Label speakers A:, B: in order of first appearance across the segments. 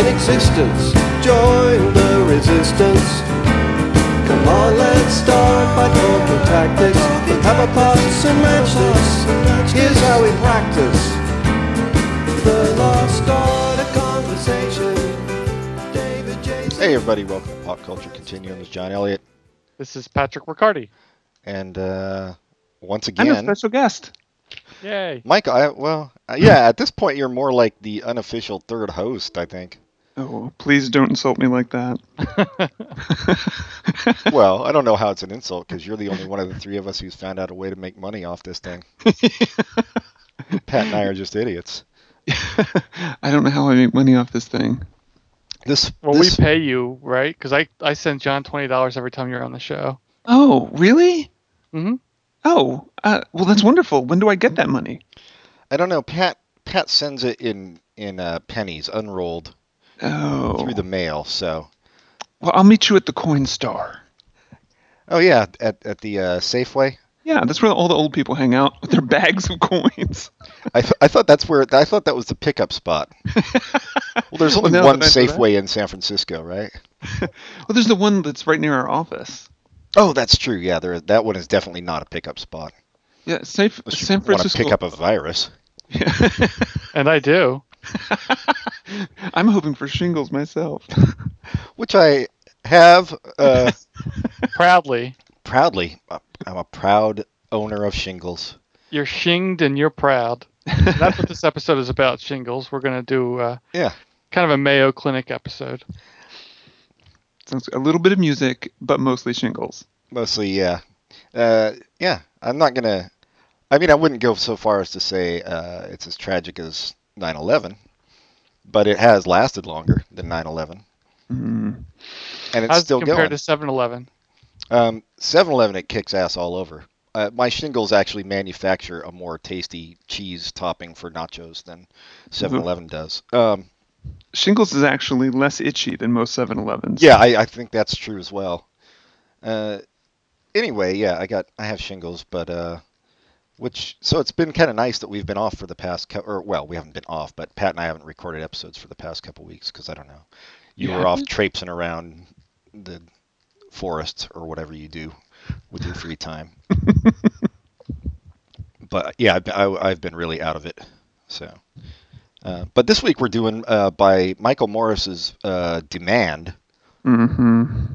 A: existence. Join the resistance. Come on, let's start by talking tactics. We'll have a pass and match this. Here's how we practice. The lost art of conversation. David Jason.
B: Hey, everybody, welcome to Pop Culture Continuum. This is John Elliott.
C: This is Patrick Riccardi.
B: And uh, once
D: I'm a
B: again,
D: special guest.
C: Yay.
B: Mike, I, well, uh, yeah, at this point, you're more like the unofficial third host, I think.
D: Oh, please don't insult me like that.
B: Well, I don't know how it's an insult because you're the only one of the three of us who's found out a way to make money off this thing. Pat and I are just idiots.
D: I don't know how I make money off this thing.
B: This,
C: Well,
B: this
C: we pay you, right? Because I, I send John $20 every time you're on the show.
D: Oh, really?
C: Mhm.
D: Oh, uh, well, that's wonderful. When do I get that money?
B: I don't know. Pat Pat sends it in in uh, pennies, unrolled
D: Oh,
B: through the mail. So,
D: well, I'll meet you at the Coin Star.
B: oh yeah, at at the uh, Safeway.
D: Yeah, that's where all the old people hang out with their bags of coins.
B: I, th- I thought that's where I thought that was the pickup spot. well, there's only
D: now
B: one
D: that I know that-
B: Safeway in San Francisco, right?
D: Well, there's the one that's right near our office.
B: Oh, that's true. Yeah, there is, that one is definitely not a pickup spot.
D: Yeah, safe,
B: Unless you
D: San Francisco.
B: Want to pick up a virus?
C: And I do.
D: I'm hoping for shingles myself.
B: Which I have uh,
C: Proudly.
B: proudly. I'm a proud owner of shingles.
C: You're shinged and you're proud. And that's what this episode is about, shingles. We're going to do uh,
B: Yeah.
C: kind of a Mayo Clinic episode.
D: Sounds a little bit of music, but mostly shingles.
B: Mostly, yeah. Uh, yeah, I'm not going to. I mean, I wouldn't go so far as to say uh, it's as tragic as 9 11, but it has lasted longer than 9 11.
D: Mm.
B: And it's
C: How's
B: still
C: it compared
B: going.
C: to 7 Eleven?
B: Um, 7-Eleven, it kicks ass all over. Uh, my shingles actually manufacture a more tasty cheese topping for nachos than 7-Eleven does. Um,
D: Shingles is actually less itchy than most 7 Elevens.
B: yeah, I, I think that's true as well. Uh, anyway, yeah, I got I have shingles, but uh, which so it's been kind of nice that we've been off for the past cou- or well, we haven't been off, but Pat and I haven't recorded episodes for the past couple weeks because I don't know. You
D: You
B: were off traipsing around the forest or whatever you do with your free time. but yeah, I've, I, have been really out of it. So, uh, but this week we're doing uh, by Michael Morris's uh, demand.
D: Mm-hmm.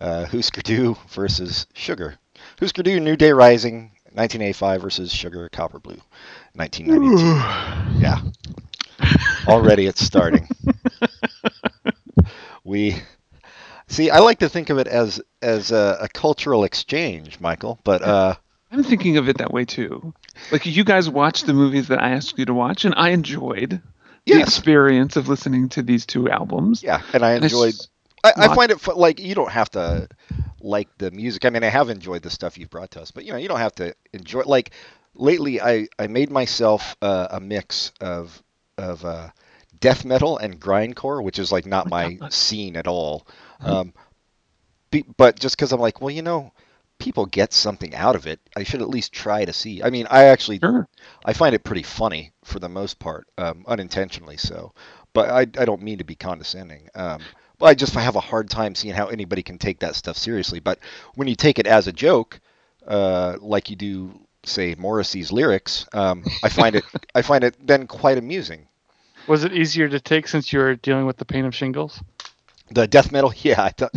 B: Uh, Husker Du versus Sugar. Husker Du, New Day Rising, 1985 versus Sugar, Copper Blue, 1992. yeah. Already it's starting. we see. I like to think of it as as a, a cultural exchange, Michael. But uh,
D: I'm thinking of it that way too. Like you guys watched the movies that I asked you to watch, and I enjoyed the
B: Yes.
D: experience of listening to these two albums.
B: yeah, and I
D: And I s-
B: enjoyed. I, I
D: Lot-
B: find it fu- like you don't have to like the music. I mean, I have enjoyed the stuff you've brought to us, but you know, you don't have to enjoy. Like lately, I I made myself uh, a mix of of uh, death metal and grindcore, which is like not my scene at all. Um, be, but just because I'm like, well, you know, people get something out of it. I should at least try to see. I mean, I actually
D: Sure.
B: I find it pretty funny for the most part, um, unintentionally so. But I, I don't mean to be condescending. Um, but I just have a hard time seeing how anybody can take that stuff seriously. But when you take it as a joke, uh, like you do, say Morrissey's lyrics, um, I find it I find it then quite amusing.
C: Was it easier to take since you were dealing with the pain of shingles?
B: The death metal, yeah, I thought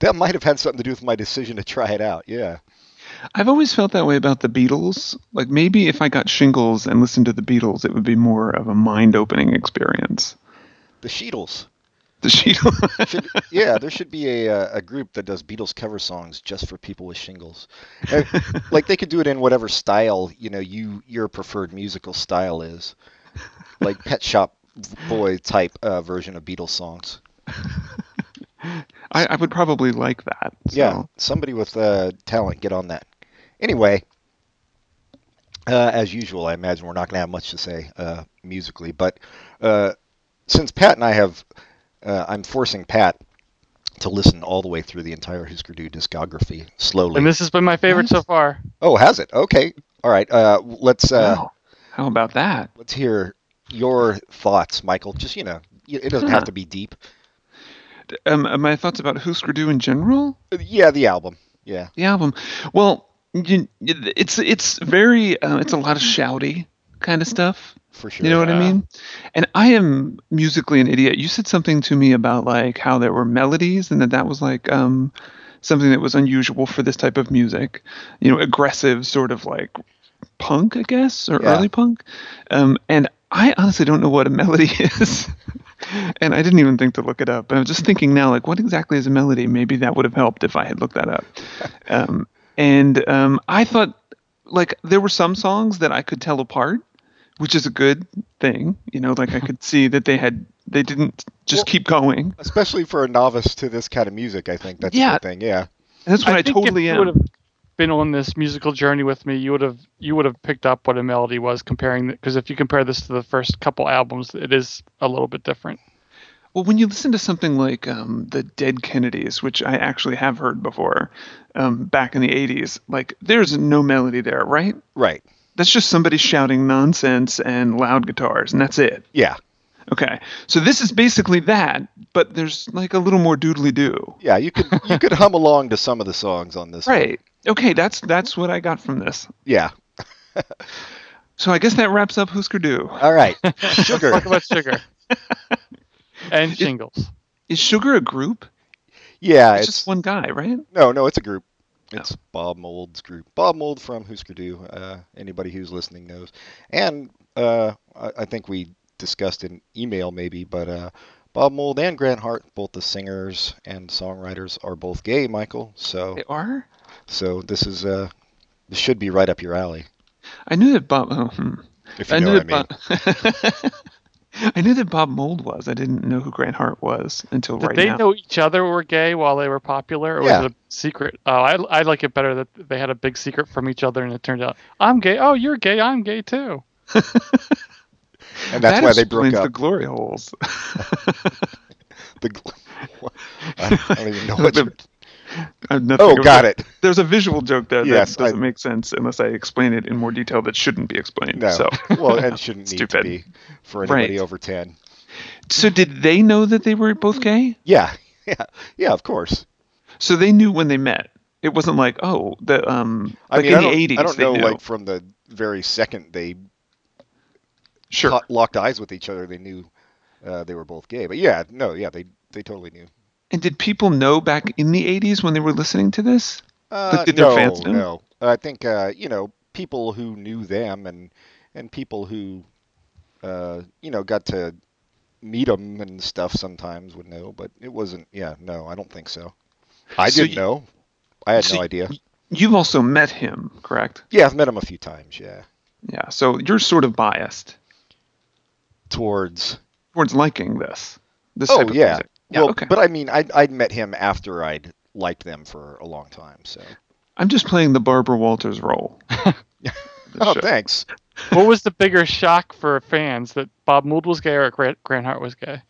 B: that might have had something to do with my decision to try it out. Yeah,
D: I've always felt that way about the Beatles. Like maybe if I got shingles and listened to the Beatles, it would be more of a mind-opening experience.
B: the Sheetles.
D: The Sheetles.
B: should, yeah, there should be a, uh, a group that does Beatles cover songs just for people with shingles. Uh, like they could do it in whatever style you know you your preferred musical style is, like Pet Shop Boy type uh, version of Beatles songs.
D: I, I would probably like that. So.
B: Yeah, somebody with uh, talent get on that. Anyway, uh, as usual, I imagine we're not going to have much to say uh, musically, but uh, since Pat and I have, uh, I'm forcing Pat to listen all the way through the entire Husker Du discography slowly.
C: And this has been my favorite so far.
B: oh, has it? Okay, all right. Uh, let's uh,
D: Wow. How about that?
B: let's hear your thoughts, Michael. Just you know, It doesn't have to be deep.
D: Um, my thoughts about Husker Du in general,
B: Uh, Yeah, the album. Yeah.
D: the album. Well, you, it's it's very uh, it's a lot of shouty kind of stuff.
B: For sure.
D: You know what I mean? And I am musically an idiot. You said something to me about like how there were melodies and that that was like um, something that was unusual for this type of music. You know, aggressive sort of like punk, I guess, or
B: Yeah.
D: early punk. Um, and I honestly don't know what a melody is. and I didn't even think to look it up. But I'm just thinking now, like, what exactly is a melody? Maybe that would have helped if I had looked that up. Um, and um, I thought, like, there were some songs that I could tell apart, which is a good thing. You know, like I could see that they had, they didn't just keep going.
B: Especially for a novice to this kind of music, I think that's
D: Yeah.
B: the thing. Yeah.
D: And that's what I,
C: think
D: totally
C: if
D: am.
C: you would have been on this musical journey with me, you would have you would have picked up what a melody was comparing because if you compare this to the first couple albums, it is a little bit different.
D: Well, when you listen to something like um, the Dead Kennedys, which I actually have heard before, um, back in the '80s, like there's no melody there, right?
B: Right.
D: That's just somebody shouting nonsense and loud guitars, and that's it.
B: Yeah.
D: Okay, so this is basically that, but there's like a little more doodly do.
B: Yeah. You could you could hum along to some of the songs on this. one.
D: Right. Okay, that's that's what I got from this.
B: Yeah.
D: So I guess that wraps up Husker Du.
B: All right. Sugar.
C: Talk about sugar and shingles.
D: Is Sugar a group?
B: Yeah.
D: It's,
B: It's,
D: just one Oh. guy, right?
B: no, no. It's a group. It's Bob Mold's group. Bob Mold from Husker Du. Uh, anybody who's listening knows. And uh, I, I think we discussed in email maybe, but uh, Bob Mold and Grant Hart, both the singers and songwriters, are both gay. Michael. So
D: They are.
B: so this is uh, this should be right up your alley.
D: I knew that Bob. Oh, hmm.
B: If you know what I mean.
D: that Bob. I knew that Bob Mold was. I didn't know who Grant Hart was until
C: Did
D: right
C: they
D: now.
C: know each other were gay while they were popular, or
B: Yeah.
C: was it a secret? Oh, I, I like it better that they had a big secret from each other, and it turned out I'm gay. Oh, you're gay. I'm gay too.
B: and that's
D: That
B: why they
D: explains
B: broke up.
D: the glory holes.
B: The gl- I don't even know what.
D: The-
B: you're-
D: I'm not
B: Oh,
D: thinking of
B: got
D: that.
B: it.
D: There's a visual joke there
B: Yes,
D: that doesn't
B: I-
D: make sense unless I explain it in more detail that shouldn't be explained.
B: No.
D: So,
B: Well, and shouldn't need to
D: Stupid.
B: be for anybody
D: Right.
B: over ten.
D: so did they know that they were both gay?
B: Yeah, yeah, yeah. Of course.
D: So they knew when they met. It wasn't like oh, the um,
B: I
D: like
B: mean,
D: in
B: I don't,
D: the 80s.
B: I don't
D: they
B: know.
D: knew.
B: Like from the very second they
D: sure.
B: caught, locked eyes with each other, they knew uh, they were both gay. But yeah, no, yeah, they they totally knew.
D: And did people know back in the 80s when they were listening to this?
B: Uh,
D: did their
B: no,
D: fans know?
B: no. I think uh, you know people who knew them and and people who uh, you know got to meet them and stuff sometimes would know, but it wasn't. Yeah, no, I don't think so. I
D: So
B: didn't
D: you-
B: know. I had
D: so
B: no
D: you-
B: idea.
D: You've also met him, correct?
B: Yeah, I've met him a few times. Yeah,
D: Yeah. So you're sort of biased
B: towards.
D: towards liking this. This
B: Oh,
D: type of
B: yeah.
D: music.
B: well,
D: okay.
B: but I mean, I'd, I'd met him after I'd liked them for a long time. So.
D: I'm just playing the Barbara Walters role.
B: Oh,
D: Sure.
B: thanks.
C: What was the bigger shock for fans that Bob Mould was gay or Grant, Grant Hart was gay?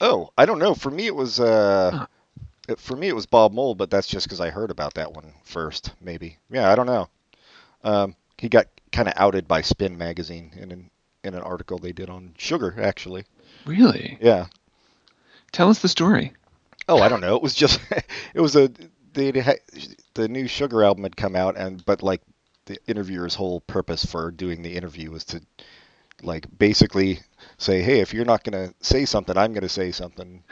B: Oh, I don't know. For me, it was uh, it- for me it was Bob Mole, but that's just because I heard about that one first. Maybe. Yeah, I don't know. Um, he got kind of outed by Spin magazine in an, in an article they did on sugar, actually.
D: Really?
B: Yeah.
D: Tell us the story.
B: Oh, I don't know. It was just it was a they the new sugar album had come out, and but like the interviewer's whole purpose for doing the interview was to like basically say, hey, if you're not gonna say something, I'm gonna say something.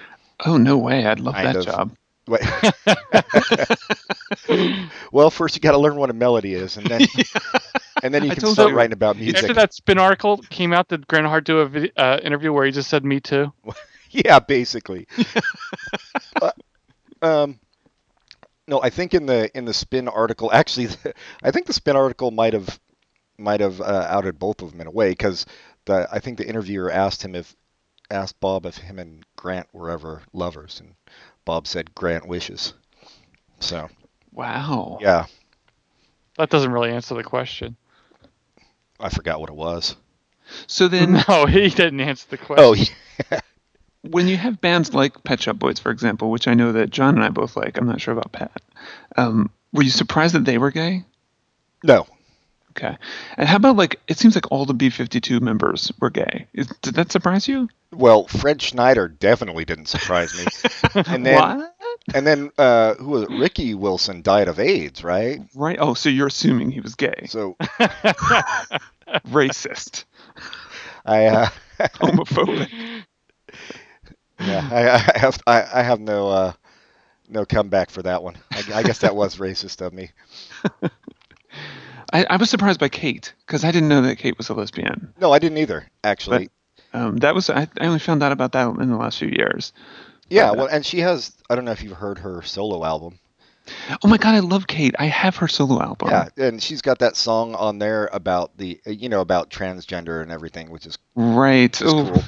D: Oh no way! I'd love
B: Kind
D: that
B: of.
D: job.
B: Wait. well, first you got to learn what a melody is, and then and then you
D: I
B: can
D: told
B: start
D: you-
B: writing about
C: After
B: music.
C: that spin article came out, did Grant Hart do a vid- uh, interview where he just said "Me too"?
B: Yeah, basically. Uh, um, no, I think in the in the spin article, actually, I think the spin article might have might have uh, outed both of them in a way because the I think the interviewer asked him if asked Bob if him and Grant were ever lovers, and Bob said Grant wishes. So
D: Wow.
B: yeah,
C: That doesn't really answer the question.
B: I forgot what it was.
D: So then,
C: No, he didn't answer the question.
B: Oh, yeah.
D: when you have bands like Pet Shop Boys, for example, which I know that John and I both like, I'm not sure about Pat. Um, were you surprised that they were gay?
B: no,
D: Okay. And how about like it seems like all the B52 members were gay. Is, did that surprise you?
B: Well, Fred Schneider definitely didn't surprise me. And then,
D: what?
B: and then uh, who was it? Ricky Wilson died of AIDS, right?
D: Right. Oh, so you're assuming he was gay.
B: So
D: Racist.
B: I, uh,
D: Homophobic.
B: yeah, I, I have, I, I have no, uh, no comeback for that one. I, I guess that was racist of me.
D: I, I was surprised by Kate because I didn't know that Kate was a lesbian.
B: No, I didn't either, actually.
D: Um, that was I, I only found out about that in the last few years.
B: yeah, well, and she has. I don't know if you've heard her solo album.
D: Oh my god, I love Kate. I have her solo album.
B: Yeah, and she's got that song on there about the, you know, about transgender and everything, which is
D: Right.
B: It's
D: Oh,
B: cool.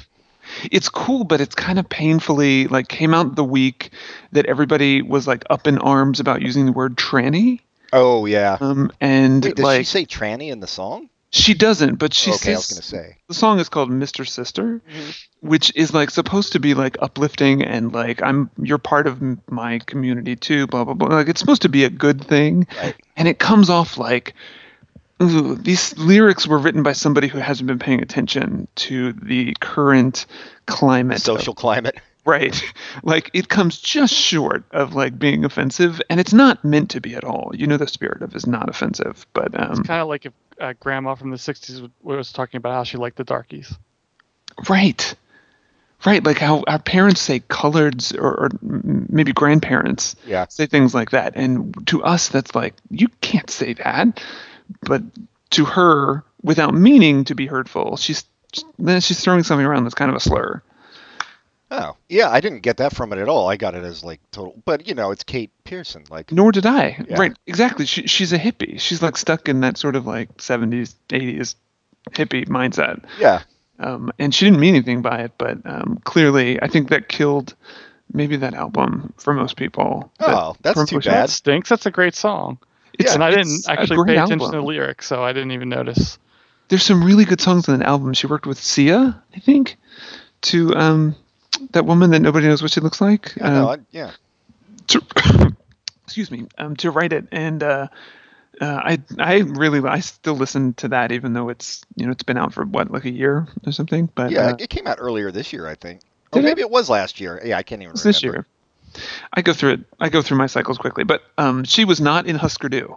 D: It's cool, but it's kind of painfully like came out the week that everybody was like up in arms about using the word tranny.
B: Oh yeah.
D: Um, and
B: Wait, does she
D: like she,
B: say tranny in the song?
D: doesn't, but she
B: okay,
D: says
B: I was gonna say.
D: the song is called Mr. Sister,
B: Mm-hmm.
D: which is like supposed to be like uplifting and like I'm you're part of m- my community too, blah blah blah. Like it's supposed to be a good thing,
B: Right.
D: and it comes off like ooh, these lyrics were written by somebody who hasn't been paying attention to the current climate, of-
B: Social climate.
D: right? Like it comes just short of like being offensive, and it's not meant to be at all. You know, the spirit of is not offensive, but um,
C: Kind of like if uh, Grandma from the '60s w- was talking about how she liked the darkies.
D: Right. Right. Like how our parents say coloreds or, or m- maybe grandparents
B: Yeah.
D: say things like that. And to us, that's like, you can't say that. But to her, without meaning to be hurtful, she's then she's throwing something around that's kind of a slur.
B: Oh, yeah. I didn't get that from it at all. I got it as like total. But you know, it's Kate Pearson. Like,
D: Nor did I.
B: Yeah.
D: Right. Exactly. She, she's a hippie. She's like stuck in that sort of like 70s, 80s hippie mindset.
B: yeah,
D: um, and she didn't mean anything by it, but um, clearly, I think that killed maybe that album for most people. That
B: Oh, that's too
D: promotion-
B: bad.
C: That stinks. That's a great song.
D: It's-
C: and I didn't
D: it's a
C: actually
D: great
C: pay attention to the
D: album.
C: lyrics, so I didn't even notice.
D: There's some really good songs on that album. She worked with Sia, I think, to um, that woman that nobody knows what she looks like.
B: yeah, no,
D: uh,
B: I, yeah.
D: to, excuse me, um, to write it, and uh, uh, I I really I still listen to that, even though it's you know it's been out for what like a year or something. But
B: Yeah,
D: uh,
B: it came out earlier this year, I think. Or
D: Did it?
B: maybe it was last year. Yeah, I can't even
D: It's
B: remember.
D: this year. I go through it. I go through my cycles quickly, but um, she was not in Husker Du.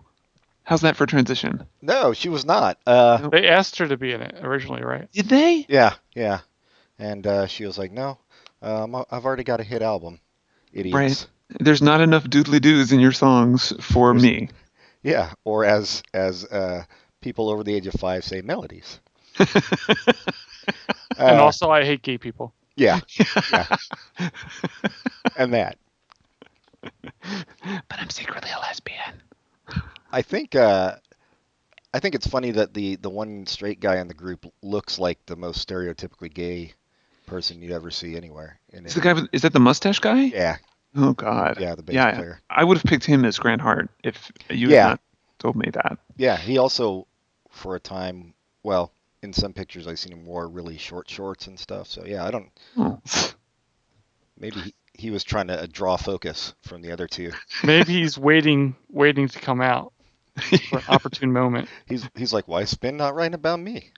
D: How's that for transition?
B: No, she was not. Uh,
C: They asked her to be in it originally, right?
D: Did they?
B: yeah, yeah. And uh, she was like, "No, um, I- I've already got a hit album." Idiots.
D: Right. There's not enough doodly doos in your songs for me.
B: Yeah, or as as uh, people over the age of five say, melodies.
C: and
B: Uh,
C: also, I hate gay people.
B: yeah, yeah. and that
D: But I'm secretly a lesbian.
B: I think uh, I think it's funny that the the one straight guy in the group looks like the most stereotypically gay person you'd ever see anywhere. In
D: Is the guy? With, is that the mustache guy?
B: Yeah,
D: Oh God.
B: Yeah, the bass
D: yeah,
B: player.
D: I would have picked him as Grant Hart if you
B: Yeah.
D: had not told me that.
B: yeah. He also, for a time, well, in some pictures I've seen him wore really short shorts and stuff. So yeah, I don't.
D: Oh.
B: Maybe he, he was trying to uh, draw focus from the other two.
C: Maybe he's waiting, waiting to come out for an opportune moment.
B: He's he's like, why is Spin not writing about me?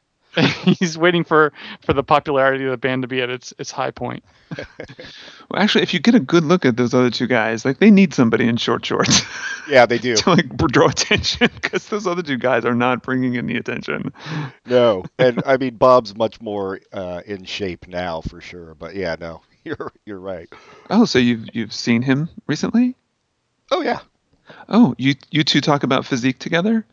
C: he's waiting for for the popularity of the band to be at its its high point.
D: Well, actually, if you get a good look at those other two guys, like they need somebody in short shorts.
B: Yeah, they do.
D: to like draw attention because those other two guys are not bringing in the attention.
B: no, and I mean Bob's much more uh, in shape now for sure. But yeah, no, you're you're right.
D: Oh, so you've you've seen him recently?
B: Oh yeah,
D: Oh, you you two talk about physique together?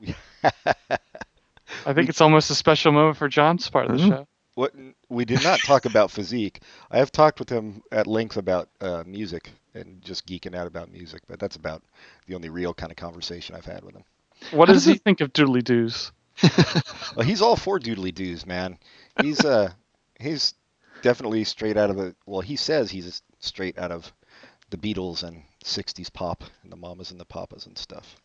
C: I think it's almost a special moment for John's part of the
D: Mhm.
B: Mm-hmm.
C: show.
B: What we did not talk about physique. I have talked with him at length about uh, music and just geeking out about music, but that's about the only real kind of conversation I've had with him.
C: What
D: How
C: does
D: does
C: he think of doodly doos?
B: Well, he's all for doodly doos, man. He's uh, he's definitely straight out of a. Well, he says he's straight out of the Beatles and '60s pop and the Mamas and the Papas and stuff.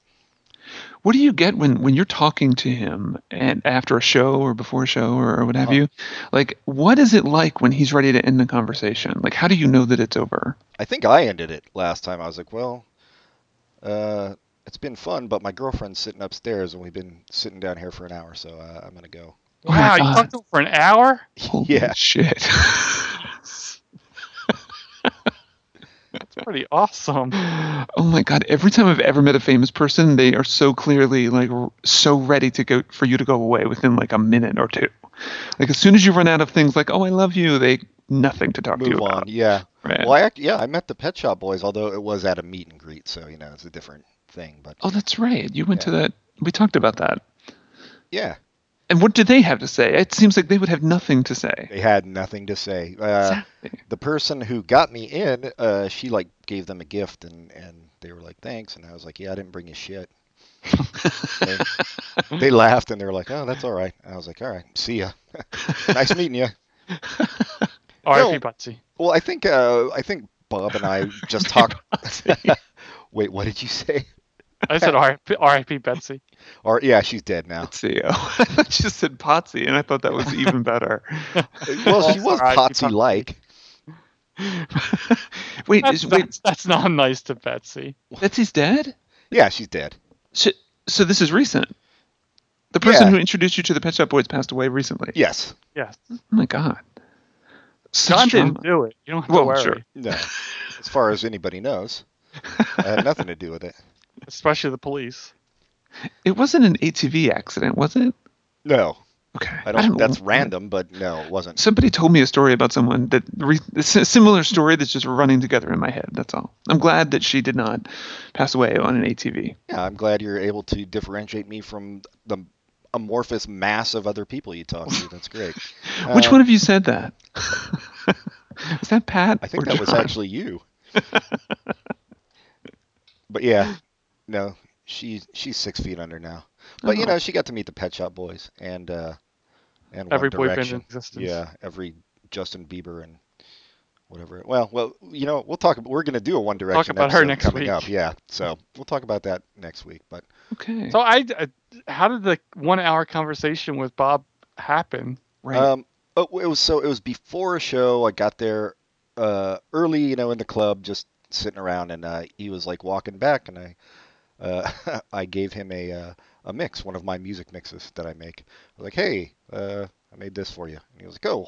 D: What do you get when when you're talking to him and after a show or before a show or, or what
B: Uh-huh.
D: have you? Like, what is it like when he's ready to end the conversation? Like, how do you know that it's over?
B: I think I ended it last time. I was like, well, uh, it's it's been fun, but my girlfriend's sitting upstairs, and we've been sitting down here for an hour, so uh, I'm gonna go.
D: Oh my
C: Wow, you
D: God.
C: talked to him for an hour?
D: Holy
B: Yeah.
D: shit.
C: That's pretty awesome.
D: Oh my god! Every time I've ever met a famous person, they are so clearly like r- so ready to go for you to go away within like a minute or two. Like as soon as you run out of things, like "Oh, I love you," they nothing to talk to
B: Move
D: you
B: on.
D: about.
B: Yeah.
D: Right.
B: Well, I act- yeah, I met the Pet Shop Boys, although it was at a meet and greet, so you know it's a different thing. But
D: Oh, that's right. You went to
B: Yeah.
D: that. We talked about that.
B: yeah,
D: And what did they have to say? It seems like they would have nothing to say.
B: they had nothing to say. Uh,
D: Exactly.
B: the person who got me in, uh, she like gave them a gift, and and they were like, "Thanks," and I was like, "Yeah, I didn't bring you shit." they, they laughed and they were like, "Oh, that's all right." And I was like, "All right, see ya. nice meeting you."
C: R.I.P. Betsy.
B: Well, I think uh, I think Bob and I just talked. Wait, what did you say?
C: I said R.I.P. R.I.P. Betsy.
B: Or yeah, she's dead now.
D: See, oh, I thought you said Potsy, and I thought that was even better.
B: Well, she
C: Also,
B: was
C: I-
B: Potsy like.
D: wait,
C: That's,
D: is, wait,
C: that's, that's not nice to Betsy.
D: that's his dad.
B: Yeah, she's dead.
D: So, so this is recent. The person
B: Yeah.
D: who introduced you to the Pet Shop Boys passed away recently.
B: Yes.
C: Yes.
D: Oh my god.
C: John
D: Such
C: didn't
D: drama.
C: do it. You don't have to
D: Well,
C: worry.
D: sure.
B: No. as far as anybody knows, I had nothing to do with it.
C: Especially the police.
D: It wasn't an ATV accident, was it?
B: No,
D: Okay.
B: I don't. that's
D: know.
B: random, but no, it wasn't.
D: Somebody told me a story about someone that re- it's a similar story that's just running together in my head. That's all. I'm glad that she did not pass away on an ATV.
B: Yeah, I'm glad you're able to differentiate me from the amorphous mass of other people you talk to. That's great.
D: Which
B: Uh,
D: one of you said that? Was that Pat?
B: I think
D: or
B: that was
D: John?
B: actually you. but yeah, no, she she's six feet under now. But you
C: Uh-huh.
D: Oh.
B: know, she got to meet the Pet Shop Boys and uh, and
C: Every
B: One
C: boy band
B: Direction.
C: in existence.
B: Yeah, every Justin Bieber and whatever. Well, well, you know, we'll talk. We're gonna do a One Direction
C: about her
B: episode
C: next
B: coming
C: week.
B: up. Yeah, so we'll talk about that next week. But
D: Okay.
C: So I, I- how did the one hour conversation with Bob happen?
D: right.
B: Um, oh, it was so it was before a show. I got there uh, early, you know, in the club, just sitting around, and uh, he was like walking back, and I uh, I gave him a uh, a mix, one of my music mixes that I make. I was like, hey, uh, I made this for you, and he was like, oh,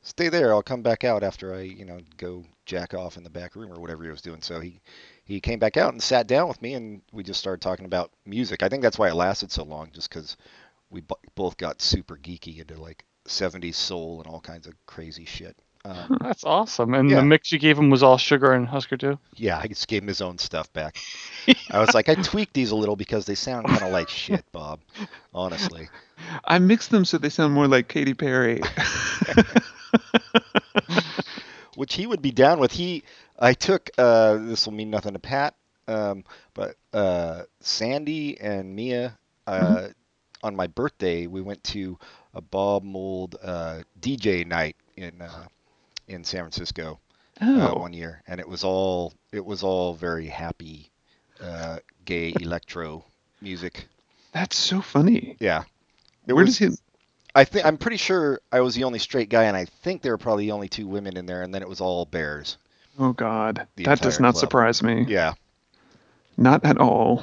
B: stay there, I'll come back out after I, you know, go jack off in the back room or whatever he was doing. So he he came back out and sat down with me, and we just started talking about music. I think that's why it lasted so long, just because we bo- both got super geeky into like 70s soul and all kinds of crazy shit. Um,
C: That's awesome. And
B: Yeah.
C: the mix you gave him was all sugar and Husker Du.
B: yeah, I just gave him his own stuff back. I was like, I tweaked these a little because they sound kind of like shit, Bob. Honestly,
D: I mixed them so they sound more like Katy Perry.
B: which he would be down with. He, I took uh, this will mean nothing to Pat, um, but uh, Sandy and Mia uh,
D: Mm-hmm.
B: on my birthday we went to a Bob Mold uh, DJ night in uh, in San Francisco. uh,
D: Oh.
B: one year, and it was all it was all very happy, uh, gay electro music.
D: That's so funny.
B: Yeah, it
D: Where
B: was.
D: does he?
B: I think I'm pretty sure I was the only straight guy, and I think there were probably the only two women in there, and then it was all bears.
D: Oh God,
B: The
D: that does
B: entire
D: not
B: club.
D: surprise me.
B: Yeah,
D: Not at all.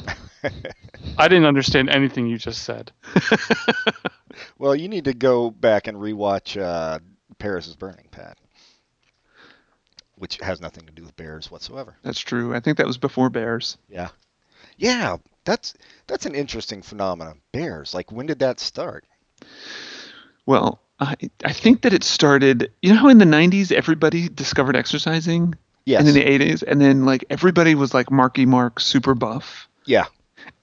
C: I didn't understand anything you just said.
B: well, you need to go back and rewatch uh, Paris is Burning, Pat, which has nothing to do with bears whatsoever.
D: That's true. I think that was before Bears.
B: Yeah, yeah, that's that's an interesting phenomenon. Bears, like when did that start?
D: Well, I I think that it started. You know how in the '90s everybody discovered exercising,
B: Yes.
D: and in the '80s, and then like everybody was like Marky Mark super buff,
B: yeah.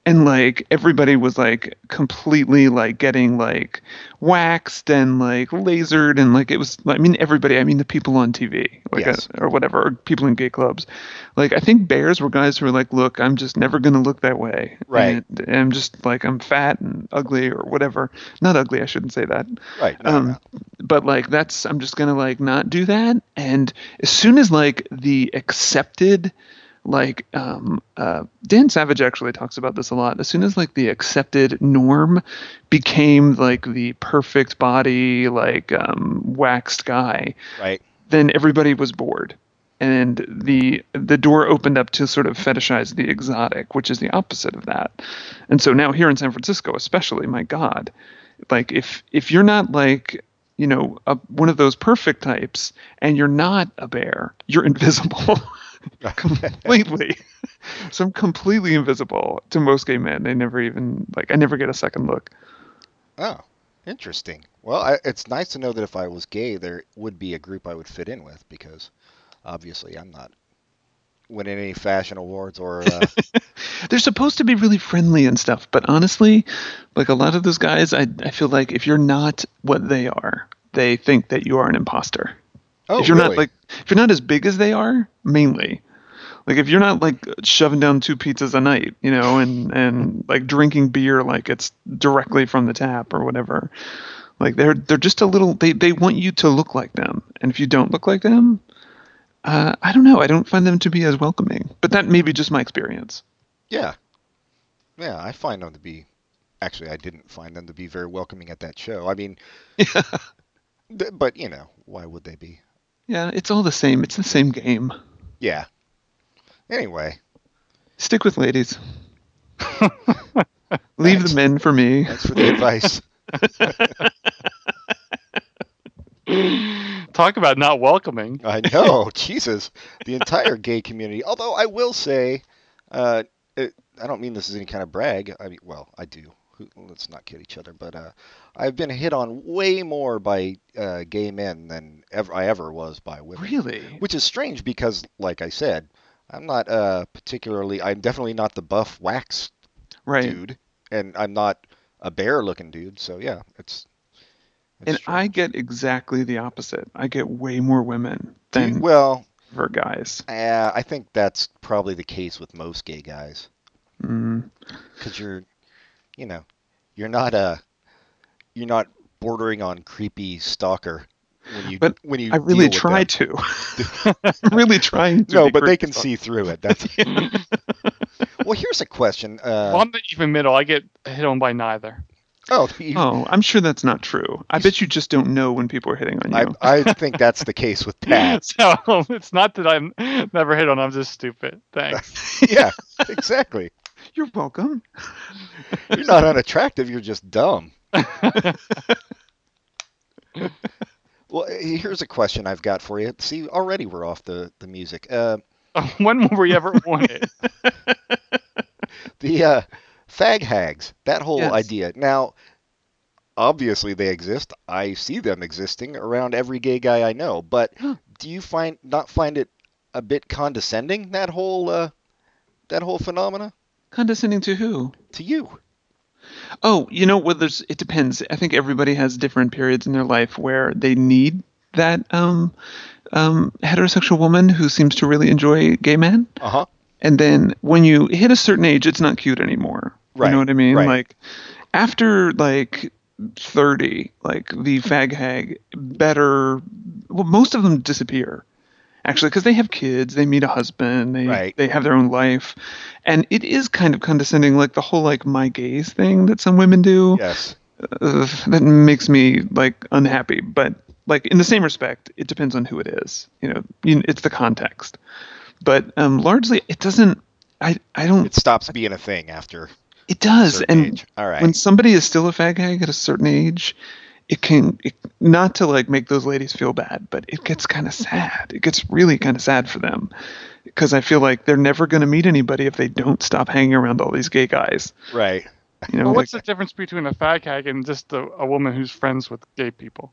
D: and like everybody was like completely like getting like waxed and like lasered and like it was i mean everybody i mean the people on tv like
B: Yes.
D: uh, or whatever or people in gay clubs like i think bears were guys who were like look i'm just never going to look that way
B: Right.
D: and, and i'm just like i'm fat and ugly or whatever not ugly i shouldn't say that
B: Right. No,
D: um,
B: no.
D: but like that's i'm just gonna like not do that and as soon as like the accepted like um uh dan savage actually talks about this a lot as soon as like the accepted norm became like the perfect body like um waxed guy
B: Right.
D: then everybody was bored and the the door opened up to sort of fetishize the exotic, which is the opposite of that. And so now here in San Francisco, especially, my God, like if if you're not like you know a, one of those perfect types, and you're not a bear, you're invisible. completely. so I'm completely invisible to most gay men. They never even like I never get a second look.
B: Oh, interesting. Well, I, it's nice to know that if I was gay, there would be a group I would fit in with because obviously I'm not winning any fashion awards or. Uh...
D: They're supposed to be really friendly and stuff, but honestly, like a lot of those guys, I I feel like if you're not what they are, they think that you are an imposter.
B: Oh,
D: if you're
B: really?
D: not like if you're not as big as they are, mainly. Like if you're not like shoving down two pizzas a night, you know, and and like drinking beer like it's directly from the tap or whatever. Like they're they're just a little they they want you to look like them. And if you don't look like them, uh, I don't know, I don't find them to be as welcoming. But that may be just my experience.
B: Yeah. Yeah, I find them to be. Actually, I didn't find them to be very welcoming at that show. I mean, th- but you know, why would they be?
D: Yeah, it's all the same. It's the same game.
B: Yeah. Anyway,
D: Stick with ladies. Leave the men for me.
B: thanks for the advice.
C: Talk about not welcoming.
B: I know, Jesus, the entire gay community. Although I will say, uh, it, I don't mean this as any kind of brag. I mean, well, I do. Who- Let's not kid each other, but uh, I've been hit on way more by uh, gay men than ever I ever was by women.
D: Really?
B: Which is strange because, like I said, I'm not uh, particularly. I'm definitely not the buff wax
D: Right.
B: dude, and I'm not a bear-looking dude. So yeah, it's. it's
D: and
B: strange.
D: I get exactly the opposite. I get way more women
B: Do you-
D: than
B: well,
D: ever guys.
B: uh, I think that's probably the case with most gay guys.
D: Mm.
B: because you're, you know, you're not a, you're not bordering on creepy stalker when you
D: But
B: when you.
D: I really
B: deal with
D: try
B: them.
D: to. I'm really trying to.
B: No,
D: be
B: but they
D: great.
B: can see through it. That's. well, here's a question.
C: Well,
B: Uh,
C: I'm the even middle. I get hit on by neither.
B: oh, you-
D: Oh, I'm sure that's not true. I
B: You
D: bet you just don't know when people are hitting on
B: I,
D: you.
B: I think that's the case with Pat.
C: So it's not that I'm never hit on. I'm just stupid. Thanks.
B: yeah, exactly.
D: You're welcome.
B: You're not unattractive. You're just dumb. well, here's a question I've got for you. See, already we're off the the music. Uh,
C: Um, when will we ever want it?
B: the uh, fag hags that whole
D: Yes.
B: idea now obviously they exist i see them existing around every gay guy i know but
D: Yeah.
B: do you find not find it a bit condescending that whole uh, that whole phenomena
D: Condescending to who?
B: to you
D: Oh, you know, well, there's it depends. I think everybody has different periods in their life where they need that um, um, heterosexual woman who seems to really enjoy gay men.
B: uh-huh
D: And then when you hit a certain age, it's not cute anymore. You
B: Right,
D: know what I mean?
B: right.
D: Like after like 30, like the fag hag better well most of them disappear. Actually, because they have kids, they meet a husband, they
B: Right.
D: they have their own life, and it is kind of condescending, like the whole like my gaze thing that some women do.
B: yes
D: Ugh, that makes me like unhappy. But like in the same respect, it depends on who it is. You know, you, it's the context. But um, largely, it doesn't. I I don't.
B: it stops being a thing after
D: it does.
B: certain
D: And
B: age. All right.
D: when somebody is still a fag hag at a certain age, it can it, not to like make those ladies feel bad, but it gets kind of sad. It gets really kind of sad for them because I feel like they're never going to meet anybody if they don't stop hanging around all these gay guys.
B: right
D: You know,
C: Well,
D: like-
C: what's the difference between a fag hag and just a, a woman who's friends with gay people?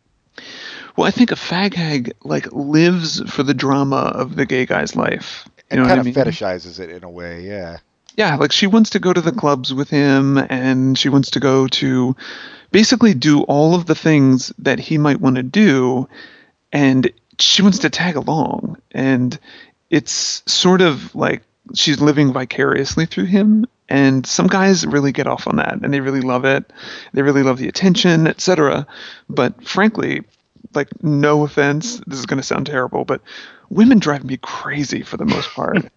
D: Well, I think a fag hag like lives for the drama of the gay guy's life.
B: it
D: You know what
B: kind
D: I
B: of
D: mean?
B: fetishizes it in a way yeah
D: Yeah, like she wants to go to the clubs with him, and she wants to go to basically do all of the things that he might want to do, and she wants to tag along, and it's sort of like she's living vicariously through him. And some guys really get off on that, and they really love it. They really love the attention, etc. But frankly, like no offense this is going to sound terrible but women drive me crazy for the most part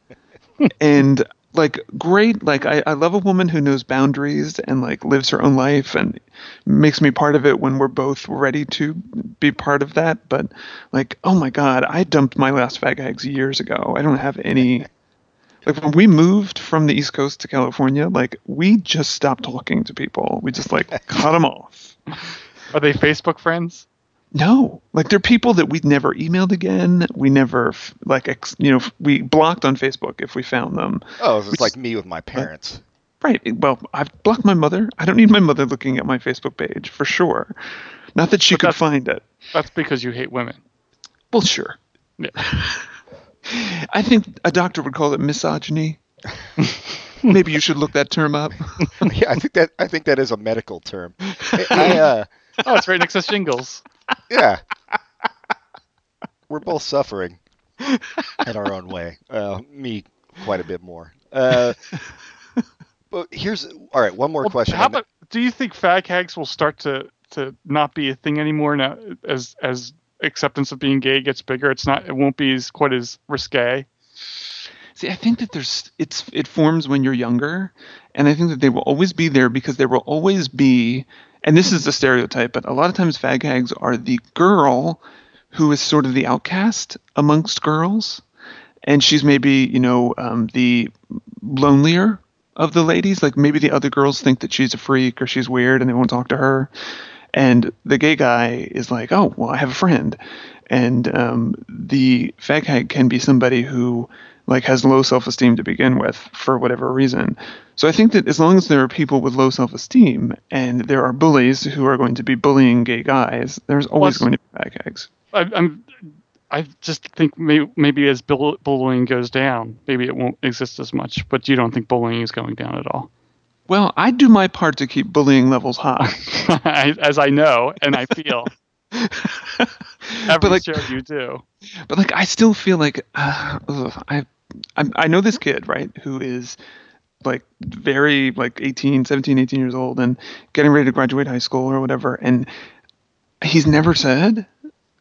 D: and like great like I, I love a woman who knows boundaries and like lives her own life and makes me part of it when we're both ready to be part of that but like oh my god i dumped my last fag eggs years ago i don't have any like when we moved from the east coast to california like we just stopped talking to people we just like cut them off
C: Are they Facebook friends?
D: no like they're people that we'd never emailed again we never f- like ex, you know f- we blocked on facebook if we found them
B: Oh, it's like me with my parents.
D: Right. Well, I've blocked my mother. I don't need my mother looking at my Facebook page for sure. Not that she could
C: that's-
D: find it.
C: That's because you hate women.
D: Well, sure.
C: Yeah.
D: I think a doctor would call it misogyny. Maybe you should look that term up.
B: yeah, I think that I think that is a medical term. I, I, uh,
C: Oh, it's right next to shingles.
B: yeah, we're both suffering in our own way. Uh, me quite a bit more. Uh, but here's all right. One more
C: Well,
B: question.
C: How about, do you think fag hags will start to to not be a thing anymore now as as acceptance of being gay gets bigger? It's not. It won't be as quite as risque.
D: See, I think that there's it's it forms when you're younger, and I think that they will always be there because there will always be, and this is the stereotype, but a lot of times fag hags are the girl who is sort of the outcast amongst girls, and she's maybe you know um, the lonelier of the ladies. Like maybe the other girls think that she's a freak or she's weird and they won't talk to her. And the gay guy is like, oh, well, I have a friend. And um, the fag hag can be somebody who like has low self-esteem to begin with for whatever reason. So I think that as long as there are people with low self-esteem and there are bullies who are going to be bullying gay guys, there's always
C: Plus-
D: going to be fag hags.
C: I, I'm. I just think may, maybe as bull, bullying goes down, maybe it won't exist as much. But you don't think bullying is going down at all,
D: Well, I do my part to keep bullying levels high.
C: as I know and I feel. Every
D: like-
C: show you do.
D: but like I still feel like uh, ugh, I I'm, I know this kid right who is like very like 18 17 18 years old and getting ready to graduate high school or whatever and he's never said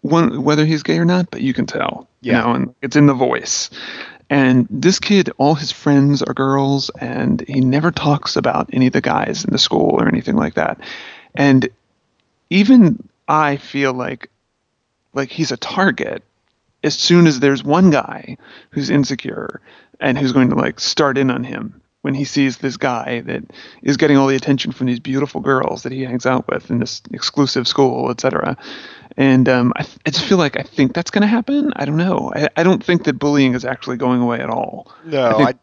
D: one whether he's gay or not but you can tell you
B: Yeah.
D: know and it's in the voice and this kid all his friends are girls and he never talks about any of the guys in the school or anything like that and even i feel like like he's a target as soon as there's one guy who's insecure and who's going to like start in on him when he sees this guy that is getting all the attention from these beautiful girls that he hangs out with in this exclusive school, etc. And um, I, th- I just feel like I think that's going to happen. I don't know. I, I don't think that bullying is actually going away at all.
B: no,
D: I think-
B: I.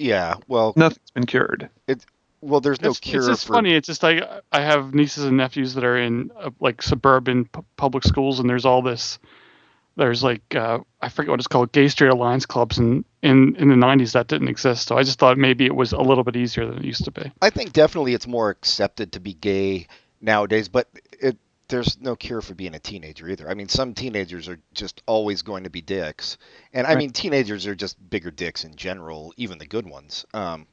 B: Yeah. Well,
D: Nothing's been cured.
B: it. Well, there's no
C: it's,
B: cure
C: it's just
B: for.
C: funny. It's just like I have nieces and nephews that are in uh, like suburban p- public schools, and there's all this. There's like uh, I forget what it's called, Gay Straight Alliance clubs, and in in the '90s that didn't exist. So I just thought maybe it was a little bit easier than it used to be.
B: I think definitely it's more accepted to be gay nowadays, but it there's no cure for being a teenager either. I mean, some teenagers are just always going to be dicks, and I mean, teenagers are just bigger dicks in general, even the good ones. Um,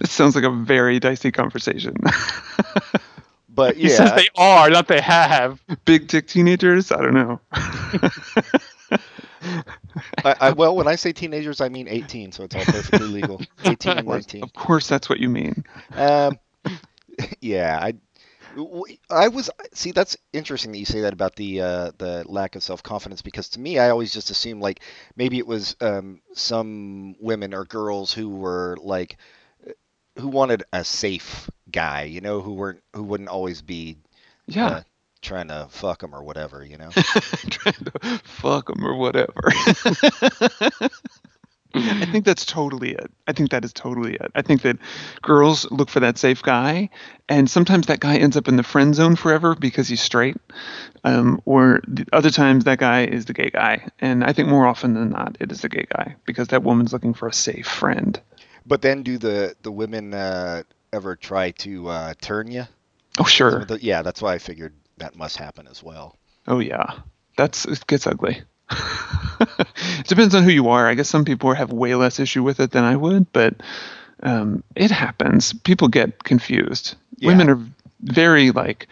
D: This sounds like a very dicey conversation.
B: but
C: He
B: yeah,
C: says they are, not they have.
D: Big dick teenagers? I don't know.
B: I, I, well, when I say teenagers, I mean 18, so it's all perfectly legal. 18 and 19.
D: of course, that's what you mean.
B: Um, yeah, I, w- I was see that's interesting that you say that about the uh, the lack of self confidence because to me I always just assumed like maybe it was um, some women or girls who were like uh, who wanted a safe guy, you know, who weren't who wouldn't always be
D: Yeah.
B: uh, trying to fuck them or whatever, you know.
D: trying to fuck them or whatever. I think that's totally it. I think that is totally it. I think that girls look for that safe guy, and sometimes that guy ends up in the friend zone forever because he's straight, um, or the other times that guy is the gay guy. And I think more often than not, it is the gay guy because that woman's looking for a safe friend.
B: But then do the the women uh, ever try to uh, turn you?
D: Oh sure.
B: Yeah, that's why I figured that must happen as well.
D: Oh yeah, that's it gets ugly. it depends on who you are. I guess some people have way less issue with it than I would, but um, it happens. People get confused.
B: Yeah.
D: Women are very like,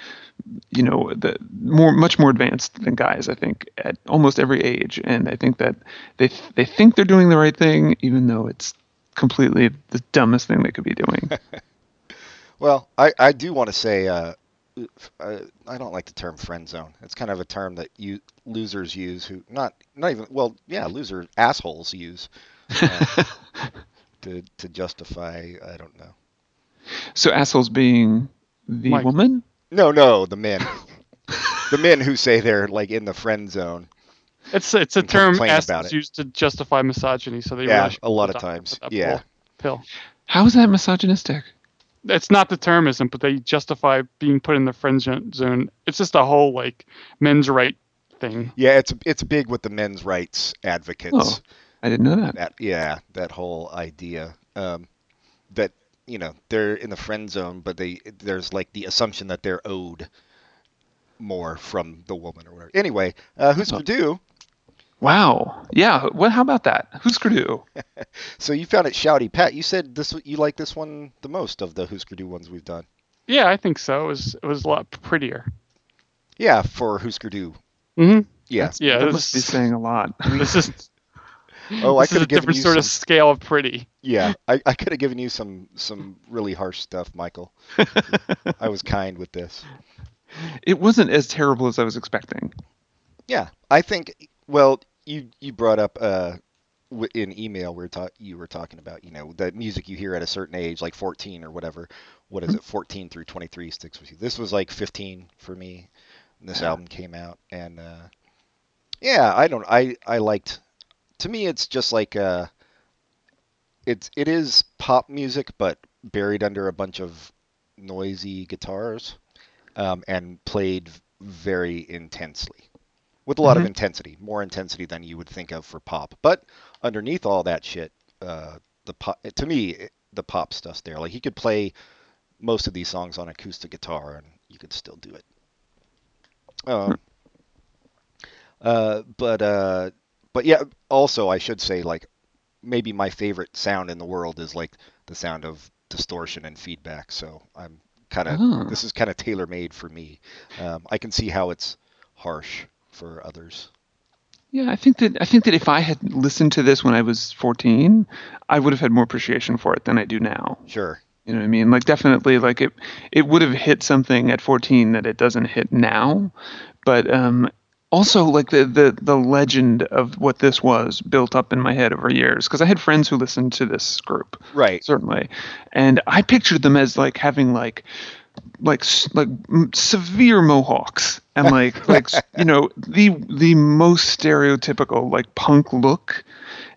D: you know, the more much more advanced than guys. I think at almost every age, and I think that they they think they're doing the right thing, even though it's completely the dumbest thing they could be doing.
B: Well, I, I do want to say uh, f- uh, I don't like the term friend zone. It's kind of a term that you losers use who not not even well yeah loser assholes use uh, to to justify I don't know.
D: so assholes being the
C: Mike.
D: woman.
B: No, no, the men. the men who say they're like in the friend zone.
C: It's it's a
B: And
C: term
B: complain about
C: as
B: it.
C: used to justify misogyny. So they
B: Yeah,
C: really should
B: a lot of
C: adopt
B: times.
C: that
B: Yeah.
C: pill. pill.
D: How is that misogynistic?
C: It's not the term isn't, but they justify being put in the friend zo- zone. It's just a whole like men's right thing.
B: Yeah, it's it's big with the men's rights advocates.
D: Oh, I didn't know that.
B: That yeah, that whole idea um, that you know they're in the friend zone, but they there's like the assumption that they're owed more from the woman or whatever. Anyway, uh, who's Purdue?
D: Wow. Yeah. What? How about that? Who's Purdue?
B: So you found it shouty, Pat. You said this you like this one the most of the Who's Purdue ones we've done.
C: Yeah, I think so. It was it was a lot prettier.
B: Yeah, for Who's Purdue.
C: hmm
B: Yeah.
C: Yeah, Mm-hmm. this,
D: that Mm-hmm. must be saying a lot.
C: this is this
B: Oh, I
C: is
B: could
C: a
B: have given
C: different
B: you
C: sort of
B: some-
C: scale of pretty.
B: Yeah, I, I could have given you some some really harsh stuff, Michael. I was kind with this.
D: it wasn't as terrible as I was expecting.
B: Yeah, I think. Well, you you brought up uh, w- in email we are ta- you were talking about you know the music you hear at a certain age, like 14 or whatever. What is it? 14 through 23 sticks with you. This was like 15 for me. When this album came out, and uh, yeah, I don't. I I liked. To me, it's just like uh, it's it is pop music, but buried under a bunch of noisy guitars, um, and played very intensely with a lot of intensity, more intensity than you would think of for pop. But underneath all that shit, uh, the pop, to me, it- the pop stuff's there. Like he could play most of these songs on acoustic guitar, and you could still do it. Um, uh, but uh, but yeah. Also, I should say, like, maybe my favorite sound in the world is like the sound of distortion and feedback. So I'm kind of
D: Oh.
B: this is kind of tailor made for me. Um, I can see how it's harsh for others.
D: Yeah, I think that I think that if I had listened to this when I was 14, I would have had more appreciation for it than I do now.
B: Sure.
D: You know what I mean? Like definitely, like it it would have hit something at 14 that it doesn't hit now. But um, also, like the the the legend of what this was built up in my head over years because I had friends who listened to this group.
B: Right.
D: certainly and i pictured them as like having like like s- like m- severe mohawks and like like s- you know the the most stereotypical like punk look